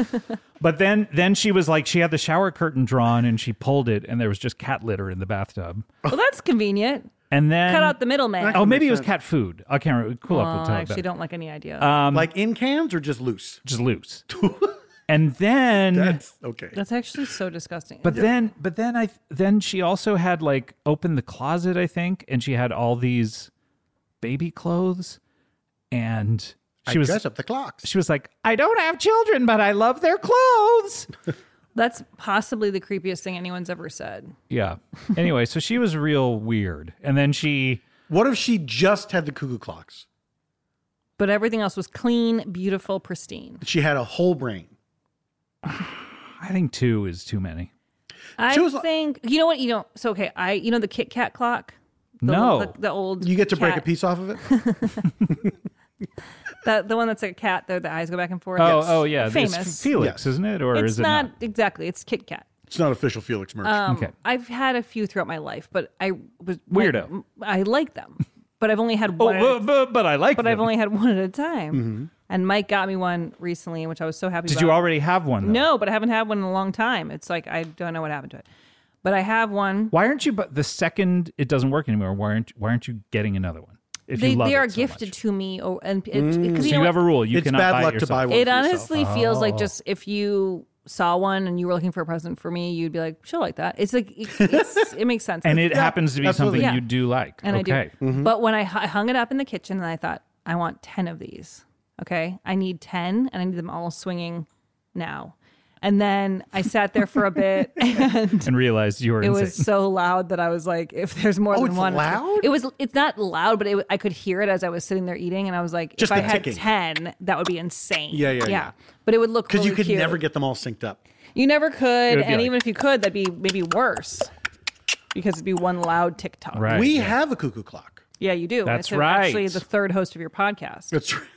just-
nape. but then, then she was like, she had the shower curtain drawn and she pulled it, and there was just cat litter in the bathtub.
Well, that's convenient.
And then
Cut out the middleman.
Oh, maybe it was cat food. I can't remember. Cool
Oh,
up will tell
I
you
actually
better.
don't like any idea.
Um,
like in cans or just loose?
Just loose. and then
okay.
that's actually so disgusting.
But then, but then I then she also had like opened the closet, I think, and she had all these baby clothes, and she
I
was
dress up the clocks.
She was like, I don't have children, but I love their clothes.
That's possibly the creepiest thing anyone's ever said.
yeah. Anyway, so she was real weird, and then she.
What if she just had the cuckoo clocks?
But everything else was clean, beautiful, pristine.
She had a whole brain.
I think two is too many.
I think you know what you don't. So okay, I you know the Kit Kat clock. The,
No.
the, the old.
You get to break a
cat-
piece off of it.
That the one that's like a cat. though the eyes go back and forth.
Oh, oh yeah,
famous
It's Felix, isn't it, or
it's
is it
not, exactly. It's Kit Kat.
It's not official Felix merch.
Oh,
Um, I've had a few throughout my life, but I was
Weirdo.
I like them, but I've only had
Oh,
one. at a-
but, but, but I like.
but I've only had one at a time. And Mike got me one recently, which I was so happy.
Did
about.
you already have one? though?
No, but I haven't had one in a long time. It's like I don't know what happened to it, but I have one.
Why aren't you? But the second it doesn't work anymore, why aren't why aren't you getting another one? If
they
you love
they
it
are
so much.
gifted to me, or and it,
Mm.
'cause
So
you, know
you have
what?
a rule, you It's cannot bad buy it luck to yourself. buy one
It
for yourself.
honestly feels like
Oh.
just if you saw one and you were looking for a present for me, you'd be like, "She'll like that." It's like it, it's, it makes sense,
and it happens to be something
Yeah.
you do like.
and
okay.
I do.
Mm-hmm.
But when I, hu- I hung it up in the kitchen, and I thought, I want ten of these. Okay, I need ten, and I need them all swinging now. And then I sat there for a bit, and,
realized you were
it
insane.
was so loud that I was like, if there's more
Oh,
than
it's
one,
loud?
It was. It's not loud, but it, I could hear it as I was sitting there eating, and I was like,
Just
if I
the
had
ticking.
ten, that would be insane.
Yeah, yeah,
yeah.
yeah.
But it would look
Because
oh,
really
you could
cute.
never get them all synced up.
You never
It
could,
would be
and
like-
even if you could, that'd be maybe worse because it'd be one loud TikTok.
we have a cuckoo clock.
Yeah, you do.
That's
it's a- Actually,
right.
the third host of your podcast.
That's right.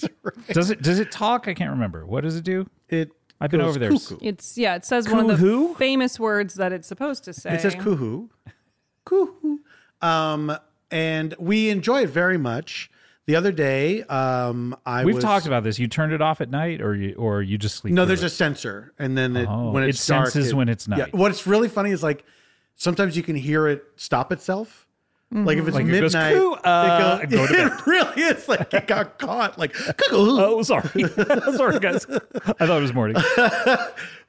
Does it does it talk? I can't remember. What does it do?
It
I've been
goes
over there.
cuckoo.
It's yeah. It says one of the famous words that it's supposed to say.
It says kuhu. Kuhu. Um, and we enjoy it very much. The other day, um, I
We've
was,
talked about this. You turned it off at night, or you or you just sleep.
No,
through
there's
it?
a sensor, and then it,
Oh,
when
it
it's dark,
senses when it's night.
what's really funny is like sometimes you can hear it stop itself. Like if it's
Like it goes,
midnight,
"Coo, uh,"
it,
and go to bed.
it really is like it got caught. Like oh,
sorry, sorry guys. I thought it was morning.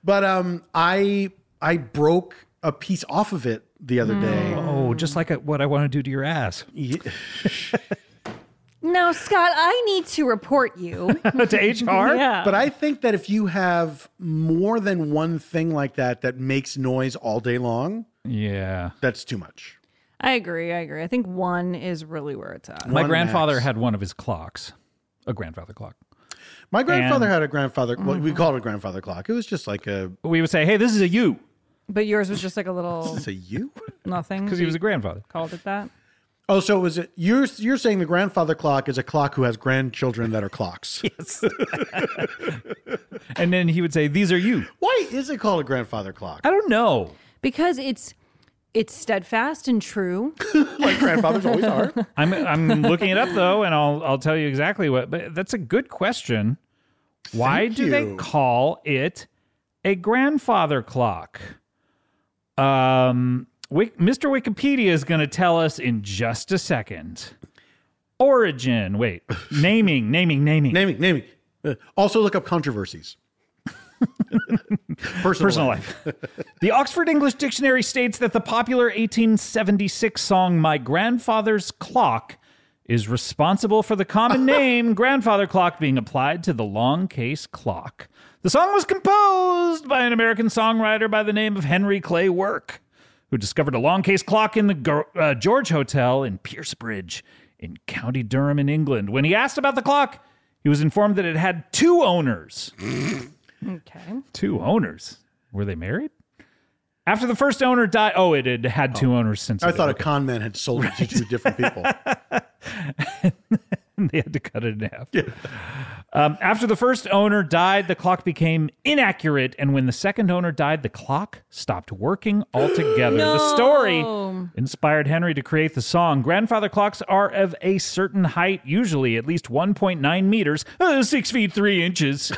but um, I I broke a piece off of it the other day.
Oh, just like a, what I want to do to your ass.
Now, Scott, I need to report you
to
HR? Yeah.
But I think that if you have more than one thing like that that makes noise all day long,
yeah,
that's too much.
I agree. I agree. I think one is really where it's at.
My grandfather had one of his clocks, a grandfather clock.
My grandfather
And-
had a grandfather. Well, we called it a grandfather clock. It was just like a.
We would say, "Hey, this is a you,"
but yours was just like a little
It's a you.
nothing
because he was a grandfather.
Called it that.
Oh, so it was a, you're you're saying the grandfather clock is a clock who has grandchildren that are clocks.
yes. And then he would say, "These are you."
Why is it called a grandfather clock?
I don't know.
Because it's it's steadfast and true.
My grandfathers always are.
I'm I'm looking it up though, and I'll I'll tell you exactly what. But that's a good question. Why
Thank
do they
you.
call it a grandfather clock? Um, Wik- Mr. Wikipedia is going to tell us in just a second. Origin. Wait, naming, naming, naming,
naming, naming. Uh, also, look up controversies. Personal,
life. the Oxford English Dictionary states that the popular 1876 song My Grandfather's Clock is responsible for the common name grandfather clock being applied to the long case clock. The song was composed by an American songwriter by the name of Henry Clay Work, who discovered a long case clock in the Gor- uh, George Hotel in Piercebridge in County Durham in England. When he asked about the clock, he was informed that it had two owners.
Okay.
Two owners. Were they married? After the first owner died, oh, it had had two owners since.
I thought a con man had sold it to two different people.
they had to cut it in half. Um, after the first owner died, the clock became inaccurate, and when the second owner died, the clock stopped working altogether. The story inspired Henry to create the song. Grandfather clocks are of a certain height, usually at least 1.9 meters, uh, six feet three inches.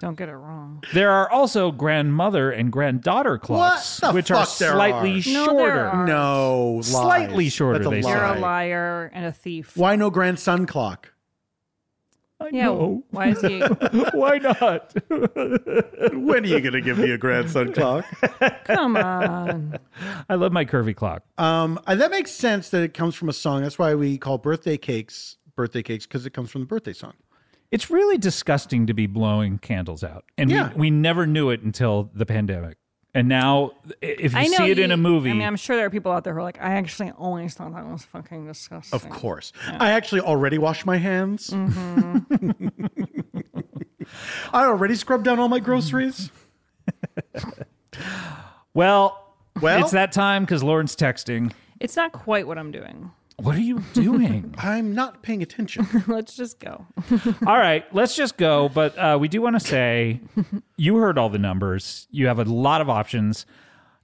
Don't get it wrong.
There are also grandmother and granddaughter clocks,
the
which are
fuck there
slightly
are? No, there
shorter.
aren't.
No, lies.
slightly shorter.
That's a
they say.
You're a liar and a thief.
Why no grandson clock?
yeah.
know.
Why is he?
Why not?
when are you going to give me a grandson clock?
Come on.
I love my curvy clock.
Um, uh, that makes sense that it comes from a song. That's why we call birthday cakes birthday cakes because it comes from the birthday song.
It's really disgusting to be blowing candles out, and
Yeah.
we, we never knew it until the pandemic. And now, i- if you
I know
see it in
you-
a movie,
I mean, I'm sure there are people out there who are like, I actually always thought that was fucking disgusting.
Of course. I actually already washed my hands. Mm-hmm. I already scrubbed down all my groceries.
well,
Well?
it's that time because Lauren's texting.
It's not quite what I'm doing.
What are you doing?
I'm not paying attention.
Let's just go.
all right, let's just go. But uh, we do want to say you heard all the numbers. You have a lot of options.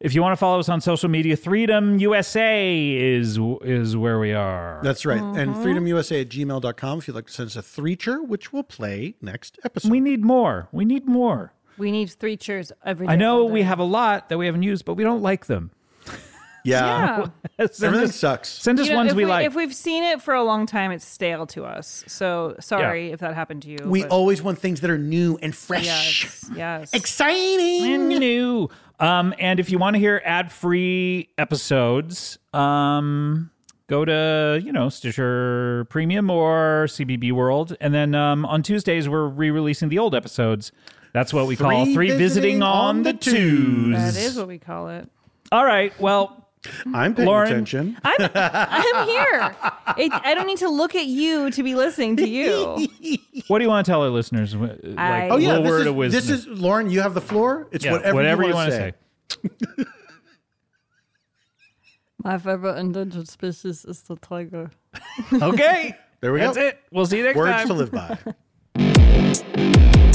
If you want to follow us on social media, Freedom USA is is where we are.
That's right. Mm-hmm. And freedomusa at gmail.com if you'd like to send us a threecher, which we'll play next episode.
We need more. We need more.
We need three cheers every day.
I know
all day.
we have a lot that we haven't used, but we don't like them.
Yeah.
Send
Everything
us-
sucks.
Send us
You know,
ones
if
we, like.
If we've seen it for a long time, it's stale to us. So sorry if that happened to you.
We
but-
always want things that are new and fresh.
Yes. Yes.
Exciting.
And new. Um, and if you want to hear ad-free episodes, um, go to you know Stitcher Premium or CBB World, and then um, on Tuesdays we're re-releasing the old episodes. That's what we call
Three
three
Visiting
visiting
on
on
the
the twos.
That is what we call it.
All right. Well,
I'm paying
Lauren-
attention.
I'm, I'm here. It, I don't need to look at you to be listening to you.
what do you want to tell our listeners? Like,
I-
Oh yeah,
little
this
word
is,
of wisdom.
This is Lauren. You have the floor. It's
Yeah,
whatever, you want to say.
wanna
My favorite endangered species is the tiger.
okay.
There we go.
That's it. We'll see you next
Words
time.
to live by.